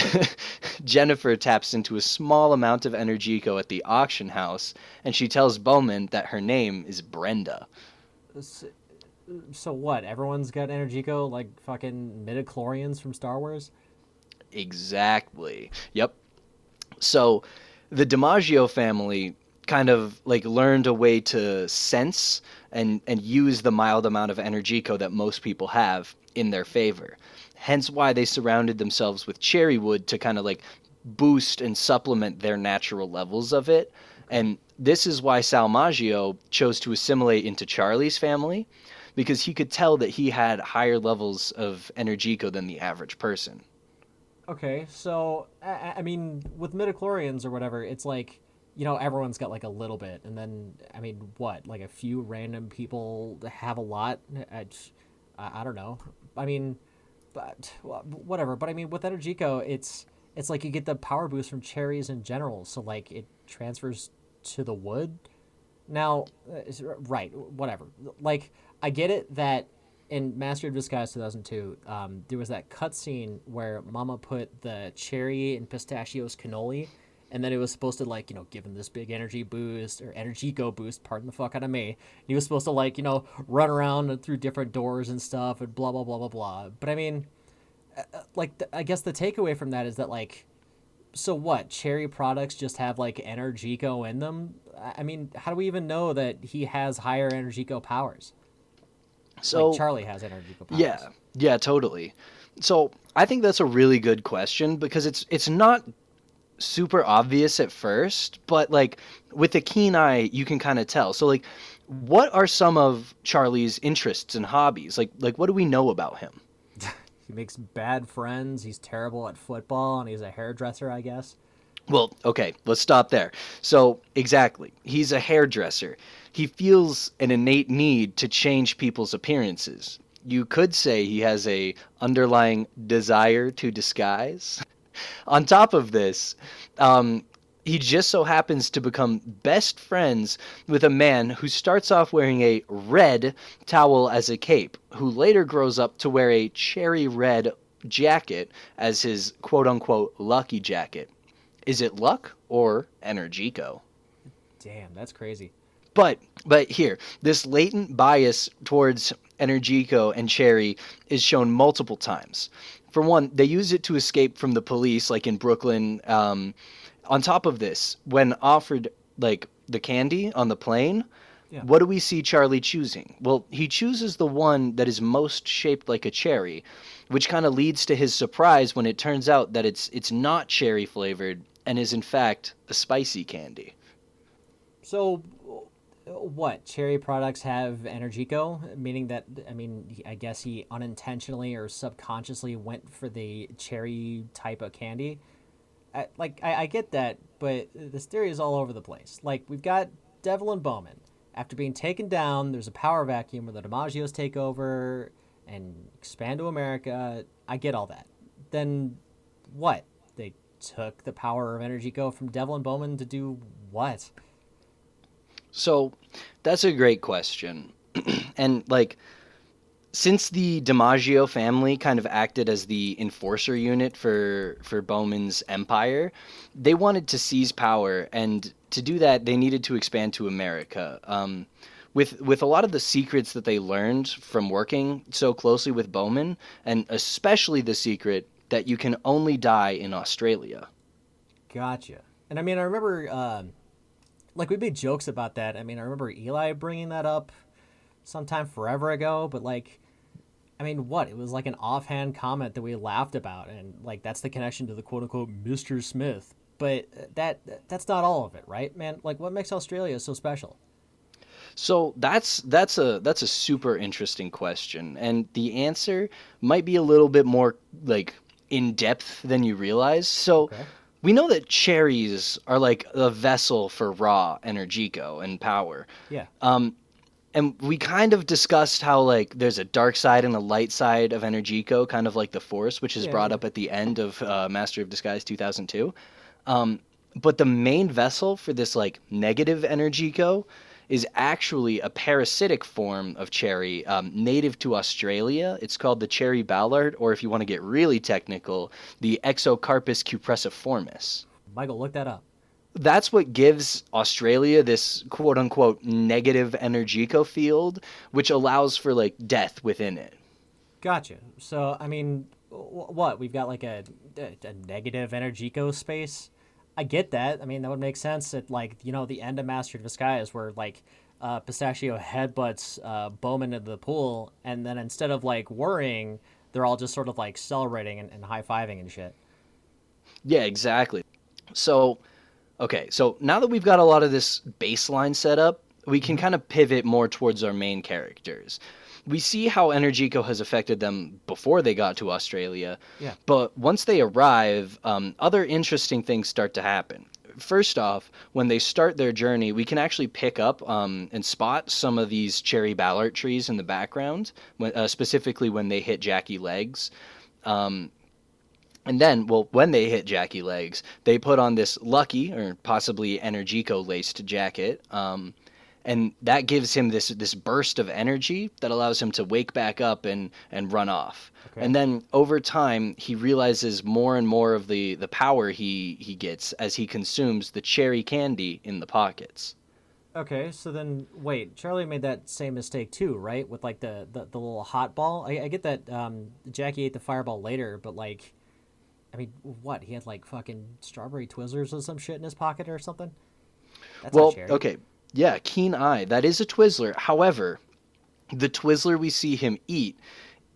Jennifer taps into a small amount of Energico at the auction house, and she tells Bowman that her name is Brenda.
So what? Everyone's got Energico like fucking midichlorians from Star Wars?
Exactly. Yep. So the DiMaggio family kind of like learned a way to sense and and use the mild amount of energico that most people have in their favor. Hence why they surrounded themselves with cherry wood to kind of like boost and supplement their natural levels of it. And this is why Salmaggio chose to assimilate into Charlie's family because he could tell that he had higher levels of energico than the average person.
Okay, so I- I, I mean, with midichlorians or whatever, it's like you know everyone's got like a little bit, and then I mean, what? Like a few random people have a lot. I, I, I don't know. I mean, but wha- whatever. But I mean, with Energico, it's it's like you get the power boost from cherries in general, so like it transfers to the wood. Now, uh, is- right, whatever. Like, I get it that in Master of Disguise 2002, um, there was that cutscene where Mama put the cherry and pistachios cannoli, and then it was supposed to, like, you know, give him this big energy boost or energy go boost, pardon the fuck out of me. He was supposed to, like, you know, run around through different doors and stuff and blah, blah, blah, blah, blah. But I mean, uh, uh, like, th- I guess the takeaway from that is that, like, so what cherry products just have like energico in them i I mean how do we even know that he has higher energico powers
So
like charlie has energico powers
Yeah, yeah, totally. So I think that's a really good question because it's it's not super obvious at first, but like with a keen eye, you can kind of tell. So like, what are some of Charlie's interests and hobbies? Like like what do we know about him?
he makes bad friends he's terrible at football and he's a hairdresser i guess
Well, okay, let's stop there. So, exactly. He's a hairdresser. He feels an innate need to change people's appearances. You could say he has a underlying desire to disguise. On top of this, um, he just so happens to become best friends with a man who starts off wearing a red towel as a cape, who later grows up to wear a cherry red jacket as his quote unquote lucky jacket. Is it luck or energico?
damn that's crazy
But but here, this latent bias towards Energico and Cherry is shown multiple times. For one, they use it to escape from the police, like in Brooklyn. Um, on top of this, when offered like the candy on the plane,
Yeah.
what do we see Charlie choosing? Well, he chooses the one that is most shaped like a cherry, which kind of leads to his surprise when it turns out that it's it's not cherry flavored and is in fact a spicy candy.
so uh, what cherry products have energico meaning that i mean he- i guess he unintentionally or subconsciously went for the cherry type of candy I, like I, I get that but this theory is all over the place like we've got devlin bowman after being taken down there's a power vacuum where the dimagios take over and expand to america i get all that then what they took the power of energico from devlin bowman to do what
So that's a great question. and like since the DiMaggio family kind of acted as the enforcer unit for for Bowman's empire, they wanted to seize power and to do that they needed to expand to America. Um with, with a lot of the secrets that they learned from working so closely with Bowman, and especially the secret that you can only die in Australia.
Gotcha. And I mean, I remember, um, like, we made jokes about that. I mean, I remember Eli bringing that up sometime forever ago, but like, I mean, what? It was like an offhand comment that we laughed about, and like, that's the connection to the quote unquote Mr. Smith. But uh, that that's not all of it, right, man? Like, what makes Australia so special?
So that's that's a that's a super interesting question, and the answer might be a little bit more like in depth than you realize. So
Okay.
we know that cherries are like a vessel for raw energico and power.
Yeah.
Um, and we kind of discussed how like there's a dark side and a light side of Energico, kind of like the Force, which is brought up at the end of uh, Master of Disguise 2002. Um, but the main vessel for this like negative Energico is actually a parasitic form of cherry um, native to Australia. It's called the cherry ballard, or if you want to get really technical, the Exocarpus cupressiformis
Michael, look that up.
that's what gives Australia this quote unquote negative energico field, which allows for like death within it.
Gotcha. So, I mean, wh- what? We've got like a, a, a negative Energico space? I get that. I mean, that would make sense at like, you know, the end of Master of Disguise where like uh, Pistachio headbutts uh, Bowman into the pool, and then instead of like worrying, they're all just sort of like celebrating and, and high fiving and shit.
Yeah, exactly. So, okay, so now that we've got a lot of this baseline set up, we can kind of pivot more towards our main characters. We see how Energico has affected them before they got to Australia.
Yeah.
But once they arrive, um, other interesting things start to happen. First off, when they start their journey, we can actually pick up um, and spot some of these cherry ballard trees in the background, when, uh, specifically when they hit Jackie Legs. Um, and then, well, when they hit Jackie Legs, they put on this lucky or possibly Energico laced jacket. Um, and that gives him this this burst of energy that allows him to wake back up and and run off. And then over time, he realizes more and more of the the power he he gets as he consumes the cherry candy in the pockets.
Okay, so then wait, Charlie made that same mistake too, right? With like the the, the little hot ball. I, I get that um, Jackie ate the fireball later, but like, I mean, what? He had like fucking strawberry Twizzlers or some shit in his pocket or something. That's
well,
not cherry.
okay, yeah, keen eye. That is a Twizzler. However, the Twizzler we see him eat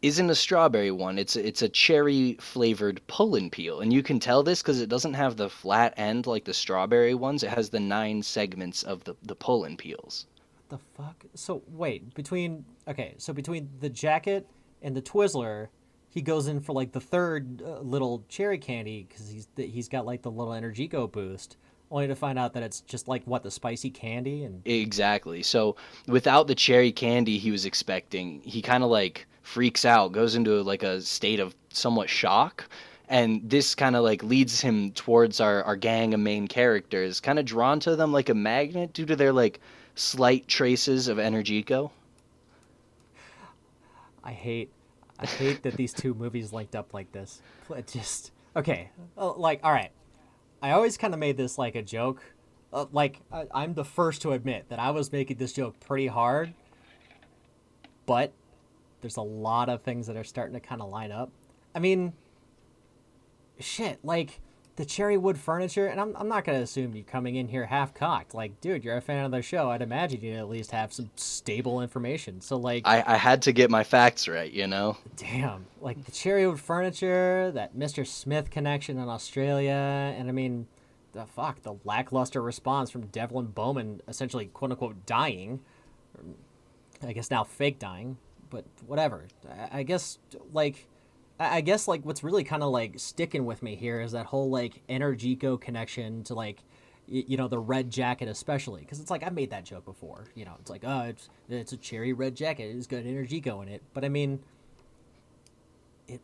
isn't a strawberry one. It's it's a cherry flavored pull and peel, and you can tell this because it doesn't have the flat end like the strawberry ones. It has the nine segments of the the pull and peels.
What the fuck? So wait, between okay, so between the jacket and the Twizzler, he goes in for like the third uh, little cherry candy because he's he's got like the little Energico boost, only to find out that it's just like what the spicy candy and
Exactly. So without the cherry candy he was expecting, he kind of like freaks out, goes into like a state of somewhat shock. And this kind of like leads him towards our, our gang of main characters, kind of drawn to them like a magnet due to their like slight traces of Energico.
I hate, I hate that these two movies linked up like this. Pl- Just okay, uh, like all right. I always kind of made this like a joke. Uh, like I, I'm the first to admit that I was making this joke pretty hard, but there's a lot of things that are starting to kind of line up. I mean, shit, like the cherry wood furniture, and I'm, I'm not gonna assume you coming in here half cocked. Like, dude, you're a fan of the show. I'd imagine you at least have some stable information. So like,
I, I had to get my facts right, you know?
Damn, like the Cherrywood furniture, that Mr. Smith connection in Australia, and I mean, the fuck, the lackluster response from Devlin Bowman, essentially quote unquote dying, or I guess now fake dying, but whatever. I, I guess like, I I guess like what's really kind of like sticking with me here is that whole like Energico connection to like. y- You know the red jacket, especially because it's like I've made that joke before. You know, it's like, oh, it's it's a cherry red jacket. It's got Energico in it. But I mean, it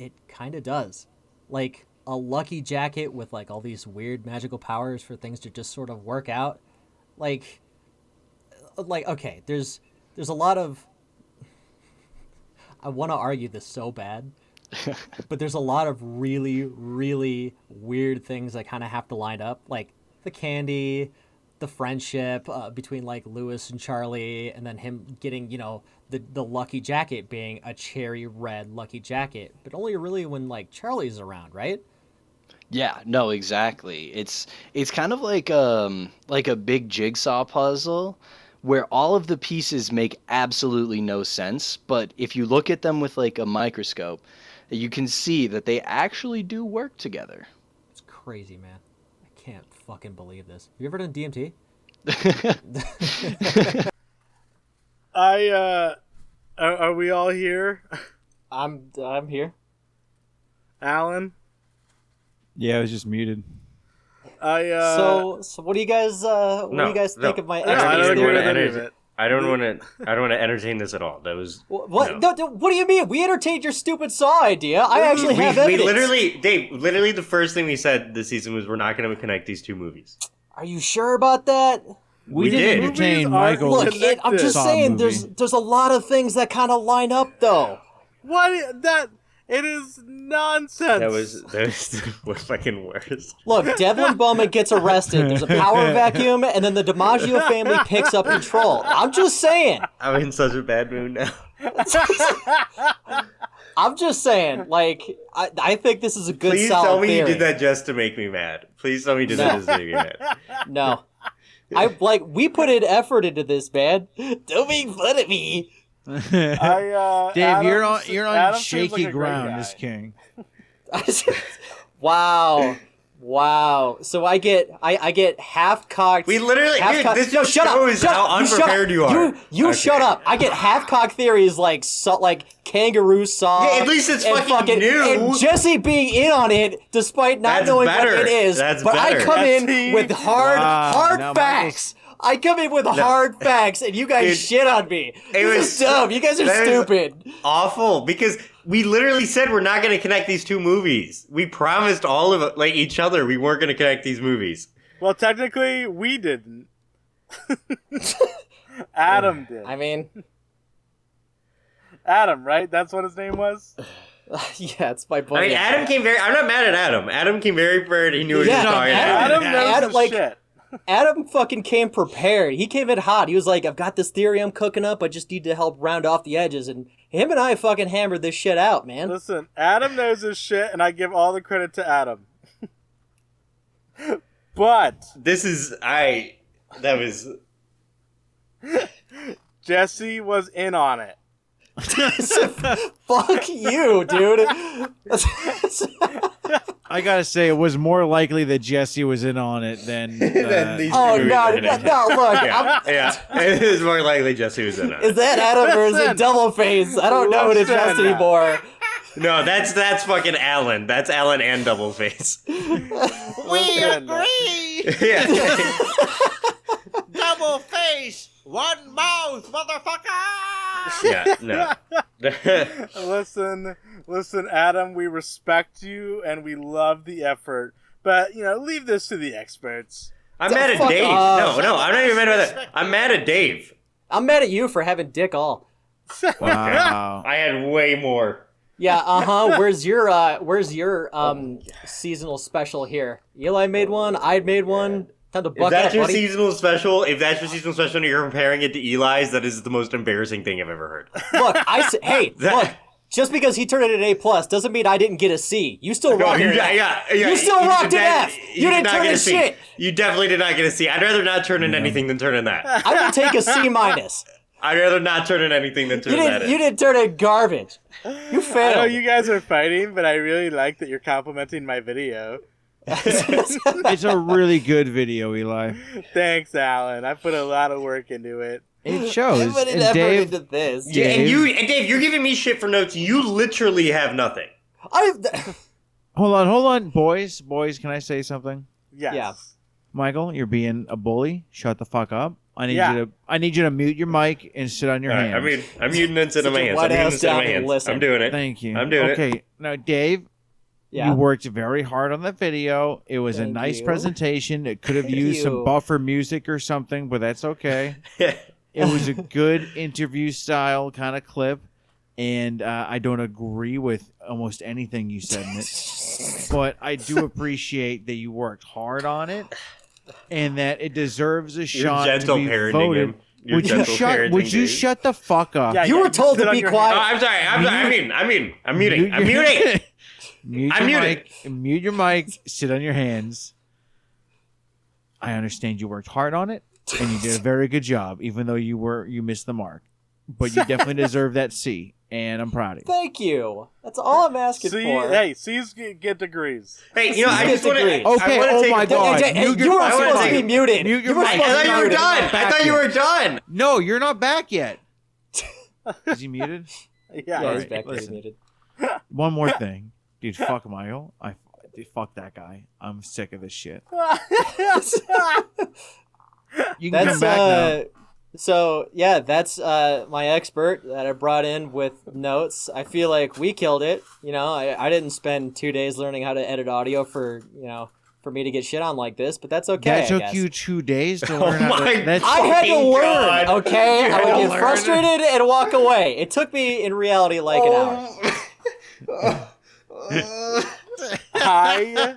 it kind of does like a lucky jacket with like all these weird magical powers for things to just sort of work out like uh, like okay there's there's a lot of i want to argue this so bad but there's a lot of really really weird things that kind of have to line up like the candy the friendship uh, between like lewis and charlie and then him getting you know the, the lucky jacket being a cherry red lucky jacket but only really when like charlie's around right
Yeah, no, exactly. It's it's kind of like um like a big jigsaw puzzle where all of the pieces make absolutely no sense, but if you look at them with like a microscope, you can see that they actually do work together.
it's crazy man i can't fucking believe this have you ever done dmt
I uh, are, are we all here,
i'm i'm here
Alan?
Yeah, I was just muted.
I uh,
so so what do you guys uh what
no,
do you guys
no.
think of my
yeah, I don't
Energy
agree with
and
any
energy.
of it.
I don't want to. I don't want to entertain this at all. That was
Wh- What?
no.
No, no, what do you mean? We entertained your stupid saw idea. I actually
we,
have
we
evidence.
literally, Dave. Literally, the first thing we said this season was we're not going to connect these two movies.
Are you sure about that?
We,
We
didn't
did.
entertain
Movies are-
Michael.
Well,
Look, it, I'm just
Saw
saying,
movie.
there's there's a lot of things that kind of line up though.
What i- that? It is nonsense.
That was that was the fucking worst.
Look, Devlin Bowman gets arrested. There's a power vacuum, and then the DiMaggio family picks up control. I'm just saying.
I'm in such a bad mood now.
I'm just saying. Like, I, I think this is a good
Please
solid
tell me you
theory.
did that just to make me mad. Please tell me you did that
No.
just to make me mad.
No. I like we put in effort into this, man. Don't make fun of me.
I, uh,
Dave,
Adam
you're on
se-
you're on
Adam seems
shaky
like a great
ground
guy.
as king.
wow. Wow. So I get I, I get half cocked.
We literally-
half
dude,
cocked-
this
no,
just
shut up,
shows
shut
how
up, you shut
unprepared
up.
you are.
You, you
Okay.
shut up. I get half cock theories like so, like kangaroo saw.
Yeah, at least it's
and
fucking new.
And Jesse being in on it despite not
That's
knowing
better.
what it is.
That's
but I
better.
come in
That's-
with hard
Wow,
hard
now
facts. I come in with hard facts and you guys
Dude,
shit on me. this
was
is dumb. You guys are
that is-
stupid.
Awful because we literally said we're not going to connect these two movies. We promised all of like each other we weren't going to connect these movies.
Well, technically, we didn't. Adam did.
I mean,
Adam, right? That's what his name was.
yeah, it's my buddy.
I mean, Adam came very. I'm not mad at Adam. Adam came very prepared. He knew what
Yeah,
he was talking
Adam-
Adam
about.
knows
Adam,
his
like-
shit.
Adam fucking came prepared. He came in hot. He was like, I've got this theory I'm cooking up. I just need to help round off the edges. And him and I fucking hammered this shit out, man.
Listen, Adam knows his shit, and I give all the credit to Adam. but
This is I. That was
Jesse was in on it.
Fuck you, dude.
I gotta say, it was more likely that Jesse was in on it than.
Then
uh,
these
oh,
two movies
no,
are
no,
connected.
no, look.
yeah,
I'm,
yeah. It is more likely Jesse was in on
is
it.
that Adam or is it Double Face? I don't know what it is
Listen.
anymore.
No, that's that's fucking Alan. That's Alan and Doubleface.
We
Listen.
agree.
yeah.
Double face, one mouth, motherfucker.
yeah, no.
Listen, listen, Adam, we respect you and we love the effort. But, you know, leave this to the experts.
I'm mad at
Fuck
Dave.
off.
No, no, I'm not even mad about that. I'm mad at Dave.
I'm mad at you for having dick all.
wow.
I had way more.
Yeah, uh huh. Where's your uh where's your um seasonal special here? Eli made one, I made one. Time to
If
buck
that's
up,
your
buddy.
seasonal special, if that's your seasonal special and you're comparing it to Eli's, that is the most embarrassing thing I've ever heard.
look, I s- hey,
That-
look. Just because he turned it an A plus doesn't mean I didn't get a C. You still
No,
rocked
you,
it.
yeah, yeah, yeah,
You still rocked
did
an
not-
F. You didn't
did not
turn
get a
in
C.
shit.
You definitely did not get a C. I'd rather not turn in anything than turn in that.
I would take a C minus.
I'd rather not turn in anything than turn
You
that
didn't.
in.
You didn't turn in garbage. You
I know
failed.
you guys are fighting, but I really like that you're complimenting my video.
it's a really good video, Eli.
Thanks, Alan. I put a lot of work into it.
It
I
shows.
put an
And
effort
Dave,
into this.
Yeah, and
Dave.
you and Dave, you're giving me shit for notes. You literally have nothing.
I,
hold on, hold on, boys, boys. Can I say something?
Yes.
Yeah.
Michael, you're being a bully. Shut the fuck up. I need
Yeah.
you to. I need you to mute your mic and sit on your
All right,
hands.
I mean, I'm muting and
Such
sitting in my
a
hands. I'm muting
wet-ass
and sitting in my
down and
hands.
listen.
I'm doing it.
Thank you.
I'm doing it.
okay. Now, Dave,
yeah.
you worked very hard on the video. It was a
Thank
nice
you.
presentation. It could have
Thank
used
you.
some buffer music or something, but that's okay. it was a good interview style kind of clip, and uh, I don't agree with almost anything you said in it, but I do appreciate that you worked hard on it, and that it deserves a
You're
shot to
gentle
be
parenting
voted.
him. You're
would you
gentle
shut?
parenting
Would you
Dave.
shut the fuck up?
Yeah,
You
yeah,
were told
sit
to
on
be
your
Oh,
quiet.
I'm sorry. I'm sorry. I mean, I mean, I'm muting.
Mute
I'm
your-
muting.
mute
I'm
your
muted.
mic. Mute your mic. Sit on your hands. I understand you worked hard on it, and you did a very good job, even though you were you missed the mark. But you definitely deserve that C, and I'm proud of you.
Thank you. That's all I'm asking
See,
for.
hey, C's get, get degrees.
Hey, you know, I just want to.
Disagree.
Okay, oh my
Hey,
God,
hey, hey,
mute your
you were
mic.
supposed to
Mute
be muted.
your
you were
mic.
I
supposed to be
thought you were
muted.
done. I thought you were done.
No, you're not back yet. Is he muted?
Yeah.
Yeah, he's
Alright,
back there,
listen.
muted.
One more thing, dude. Fuck Michael. I dude, fuck that guy. I'm sick of this shit. You can
That's
come back now.
uh, So yeah, that's uh, my expert that I brought in with notes. I feel like we killed it. You know, I, I didn't spend two days learning how to edit audio for you know for me to get shit on like this, but that's okay.
That
I
took
guess. Oh
you two days to learn how
Oh my
to. That's,
I had to
Fucking
learn.
God.
Okay,
You
I
had
would
to
get
learn.
frustrated and walk away. It took me in reality like an hour.
Oh.
I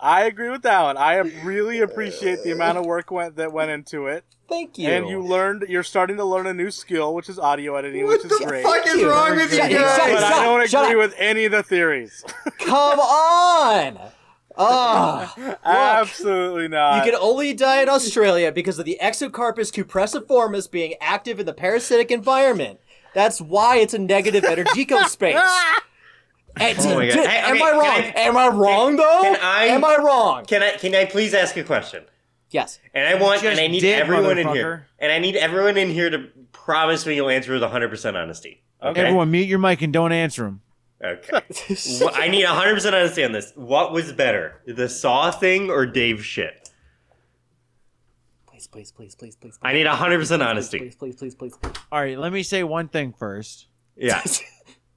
I agree with that one. I am- really appreciate the amount of work went that went into it,
Thank you.
and you learned you're starting to learn a new skill, which is audio editing,
what
which is
the
great.
fuck is
you.
wrong with you
Yeah,
guys?
But I don't
Shut
agree
up.
with any of the theories.
Come on. Ah.
Absolutely
You
not.
can only die in Australia because of the Exocarpus cupressiformis being active in the parasitic environment. That's why it's a negative energeco space. And-
Oh my God.
d-
Hey,
am
okay,
I wrong?
can I-
am I wrong
can-
though?
can I-
Am I wrong?
Can I can I please ask a question?
yes.
And I want
just
and I need
did,
everyone in
motherfucker.
here. And I need everyone in here to promise me you'll answer with 100% honesty. Okay.
Everyone, mute your mic and don't answer them.
Okay. Wh- I need 100% honesty on this. What was better? The saw thing or Dave shit?
Please, please, please, please, please.
I need 100% honesty.
Please, please, please, please.
All right, let me say one thing first.
Yeah.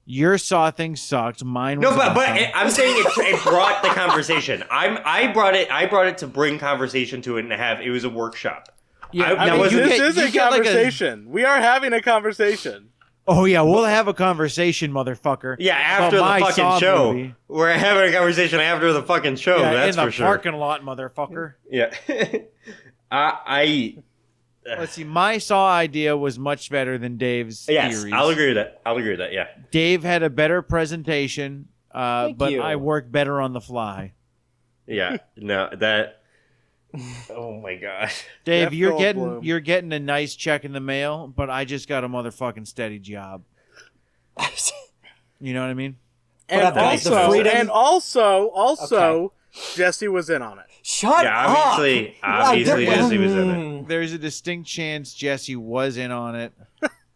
Your saw thing sucked. Mine was
No, but but
awesome.
it, I'm saying it, it brought the conversation. I'm I brought it I brought it to bring conversation to it and have it was a workshop.
Yeah,
I-
I
I
Now,
mean,
mean,
was
you
this
get-
is
you
a
get like
conversation. we are having a conversation.
oh yeah, we'll have a conversation, motherfucker.
Yeah,
about
after
my
the fucking
Saw
show.
movie.
We're having a conversation after the fucking show,
yeah,
that's
in the
for sure.
parking lot, motherfucker.
Yeah. I, I
Let's see. My saw idea was much better than Dave's
yes,
theories.
I'll agree with that. I'll agree with that. Yeah.
Dave had a better presentation, uh,
Thank
but
you.
I worked better on the fly.
Yeah. No, that Oh my god.
Dave,
Jeff
you're getting
Goldblum.
you're getting a nice check in the mail, but I just got a motherfucking steady job. You know what I mean?
And
But I think the
also,
freedom-
and also, also, Jesse was in on it.
Shut
Yeah,
up.
obviously- obviously Jesse was in
Hmm.
it.
There's a distinct chance Jesse was in on it.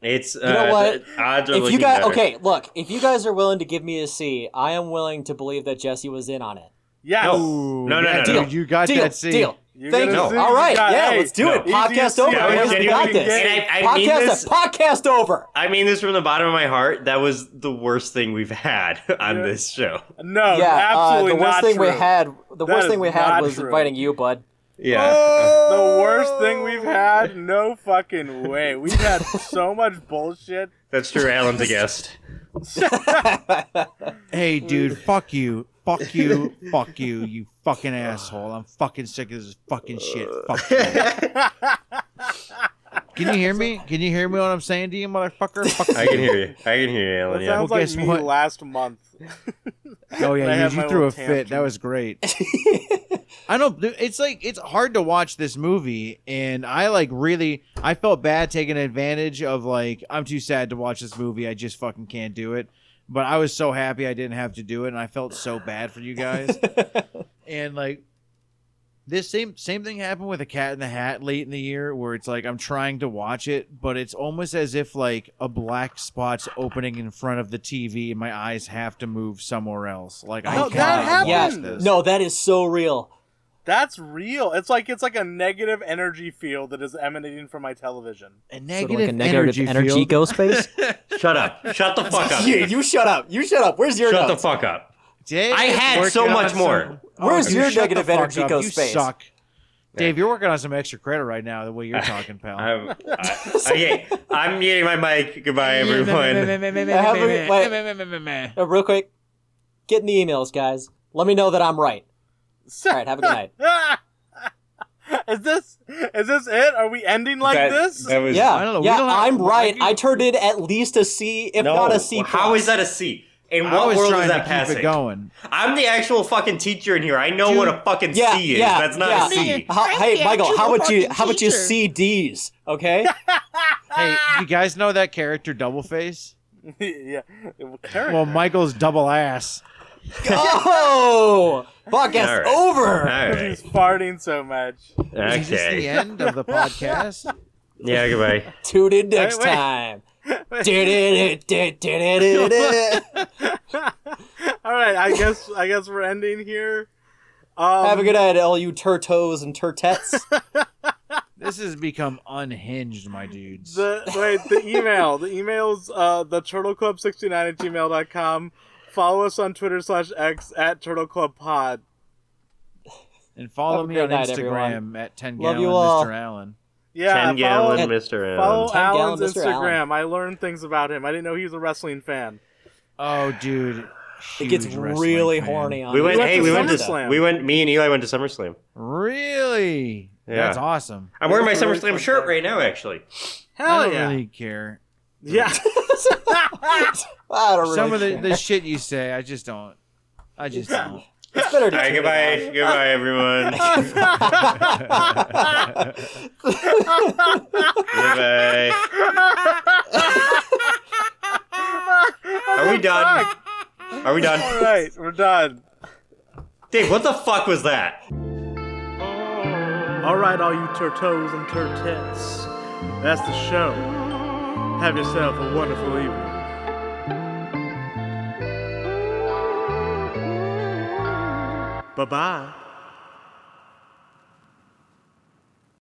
It's uh,
know what?
the odds are
If you
looking
guys
better.
okay, look, if you guys are willing to give me a C, I am willing to believe that Jesse was in on it.
Yes.
No, no, no, no.
dude,
Deal.
you got
deal,
that scene.
deal.
You
Thank
gotta
you.
see
All
you
right,
got-
yeah,
hey,
let's do
no.
it. Podcast
Easiest
over.
thing
I was
Where's we got
genuinely
this?
gay.
And I, I mean
podcast,
this.
a podcast over.
I mean this from the bottom of my heart. That was the worst thing we've had on
Yeah.
this show.
Oh!
No,
yeah,
Oh, absolutely
uh, the worst
not
thing
true.
we had. The
That
worst
is
thing we had
not
was
true.
inviting you, bud.
Yeah.
The worst thing we've had? No fucking way. We've had so much bullshit.
That's true. Alan's a guest.
Hey, dude, fuck you. Fuck you. fuck you. You fucking asshole. I'm fucking sick of this fucking shit. Fuck you. Can you hear me? Can you hear me what I'm saying to you, motherfucker? Fuck
I can hear you. I can hear you,
That
Alan. Yeah.
sounds
Oh, Well,
like
guess
me
what?
last month.
Oh
I
yeah,
had
you,
my
you threw
little
a fit. That
tantrum.
was great. I don't. It's like it's hard to watch this movie, and I like really. I felt bad taking advantage of like I'm too sad to watch this movie. I just fucking can't do it. But I was so happy I didn't have to do it, and I felt so bad for you guys. and like this same same thing happened with a Cat in the Hat late in the year, where it's like I'm trying to watch it, but it's almost as if like a black spot's opening in front of the TV, and my eyes have to move somewhere else. Like I
No,
Oh,
can't
that
watch
happened.
this.
No, that is so real.
That's real. It's like it's like a negative energy field that is emanating from my television.
a negative, energy, field.
go space.
Shut up. Shut the fuck up.
you, you shut up. You shut up. Where's your
Shut the
notes?
fuck up.
Dave,
I
is
had
working
so
on
much
some- Oh,
more.
Where's
dude,
your
shut the
negative
fuck
energy
up.
go
You
space?
suck. Dave, you're working on some extra credit right now. The way you're talking, pal.
I'm, I, okay, I'm muting my mic. Goodbye, everyone.
Uh, real quick, get in the emails, guys. Let me know that I'm right. All right, have a good night.
is this is this it? Are we ending like
That-
this?
that was-
Yeah,
I don't know, we
yeah,
don't have-
I'm right.
I
I,
can-
turned in at least a C, if not a C.
How
plus.
is that a C? In
I
what
was
world
trying
is
to
that
keep
passing?
it going.
I'm the actual fucking teacher in here. I know what a fucking
Yeah,
C is.
yeah,
That's not a
yeah.
C.
How-
I'm
hey,
the
Michael,
actual
how about you?
fucking
How about you
teacher.
CDs? Okay.
Hey,
Ah!
you guys know that character Double Face?
yeah. Well, character.
Well, Michael's double ass.
oh, podcast
All right.
over.
All right.
He's farting so much.
Is this the
Okay.
end of the podcast?
Yeah. Goodbye.
Tune in next
wait.
time. Du-du-du-du-du-du-du.
All right, I guess I guess we're ending here. Um,
Have a good night, all you turtos and turtets.
this has become unhinged, my dudes.
The wait, the email. The email's uh the turtle club sixty nine at gmail.com. Follow us on Twitter slash X at Turtle Club Pod.
and
Have
follow
a
me
great
on
night,
Instagram
everyone.
at ten
Love
gallon
you all.
Mr. Allen.
Yeah,
Ten
follow,
gallon Mr.
follow
Allen.
Ten gallon
Alan's
Mr. Allen.
Instagram. I learned things about him. I didn't know he was a wrestling fan.
Oh, dude,
It gets
huge wrestling
really
fan.
horny on
We went.
We went
hey,
to
we went to
SummerSlam.
We went. Me and Eli went to SummerSlam.
Really?
Yeah.
That's awesome.
I'm wearing my
That's a really
SummerSlam
fun
shirt
fact.
right now, actually.
I
Hell
don't
yeah.
really care.
Yeah.
I don't really
Some of the,
care.
the shit you say, I just don't. I just don't.
It's better to
All right,
tune
goodbye,
it
goodbye, everyone. goodbye. Are we done? Are we
All
done?
right, we're done.
Dave, what the fuck was that?
All right, all you turtos and turtettes, that's the show. Have yourself a wonderful evening. Bye bye.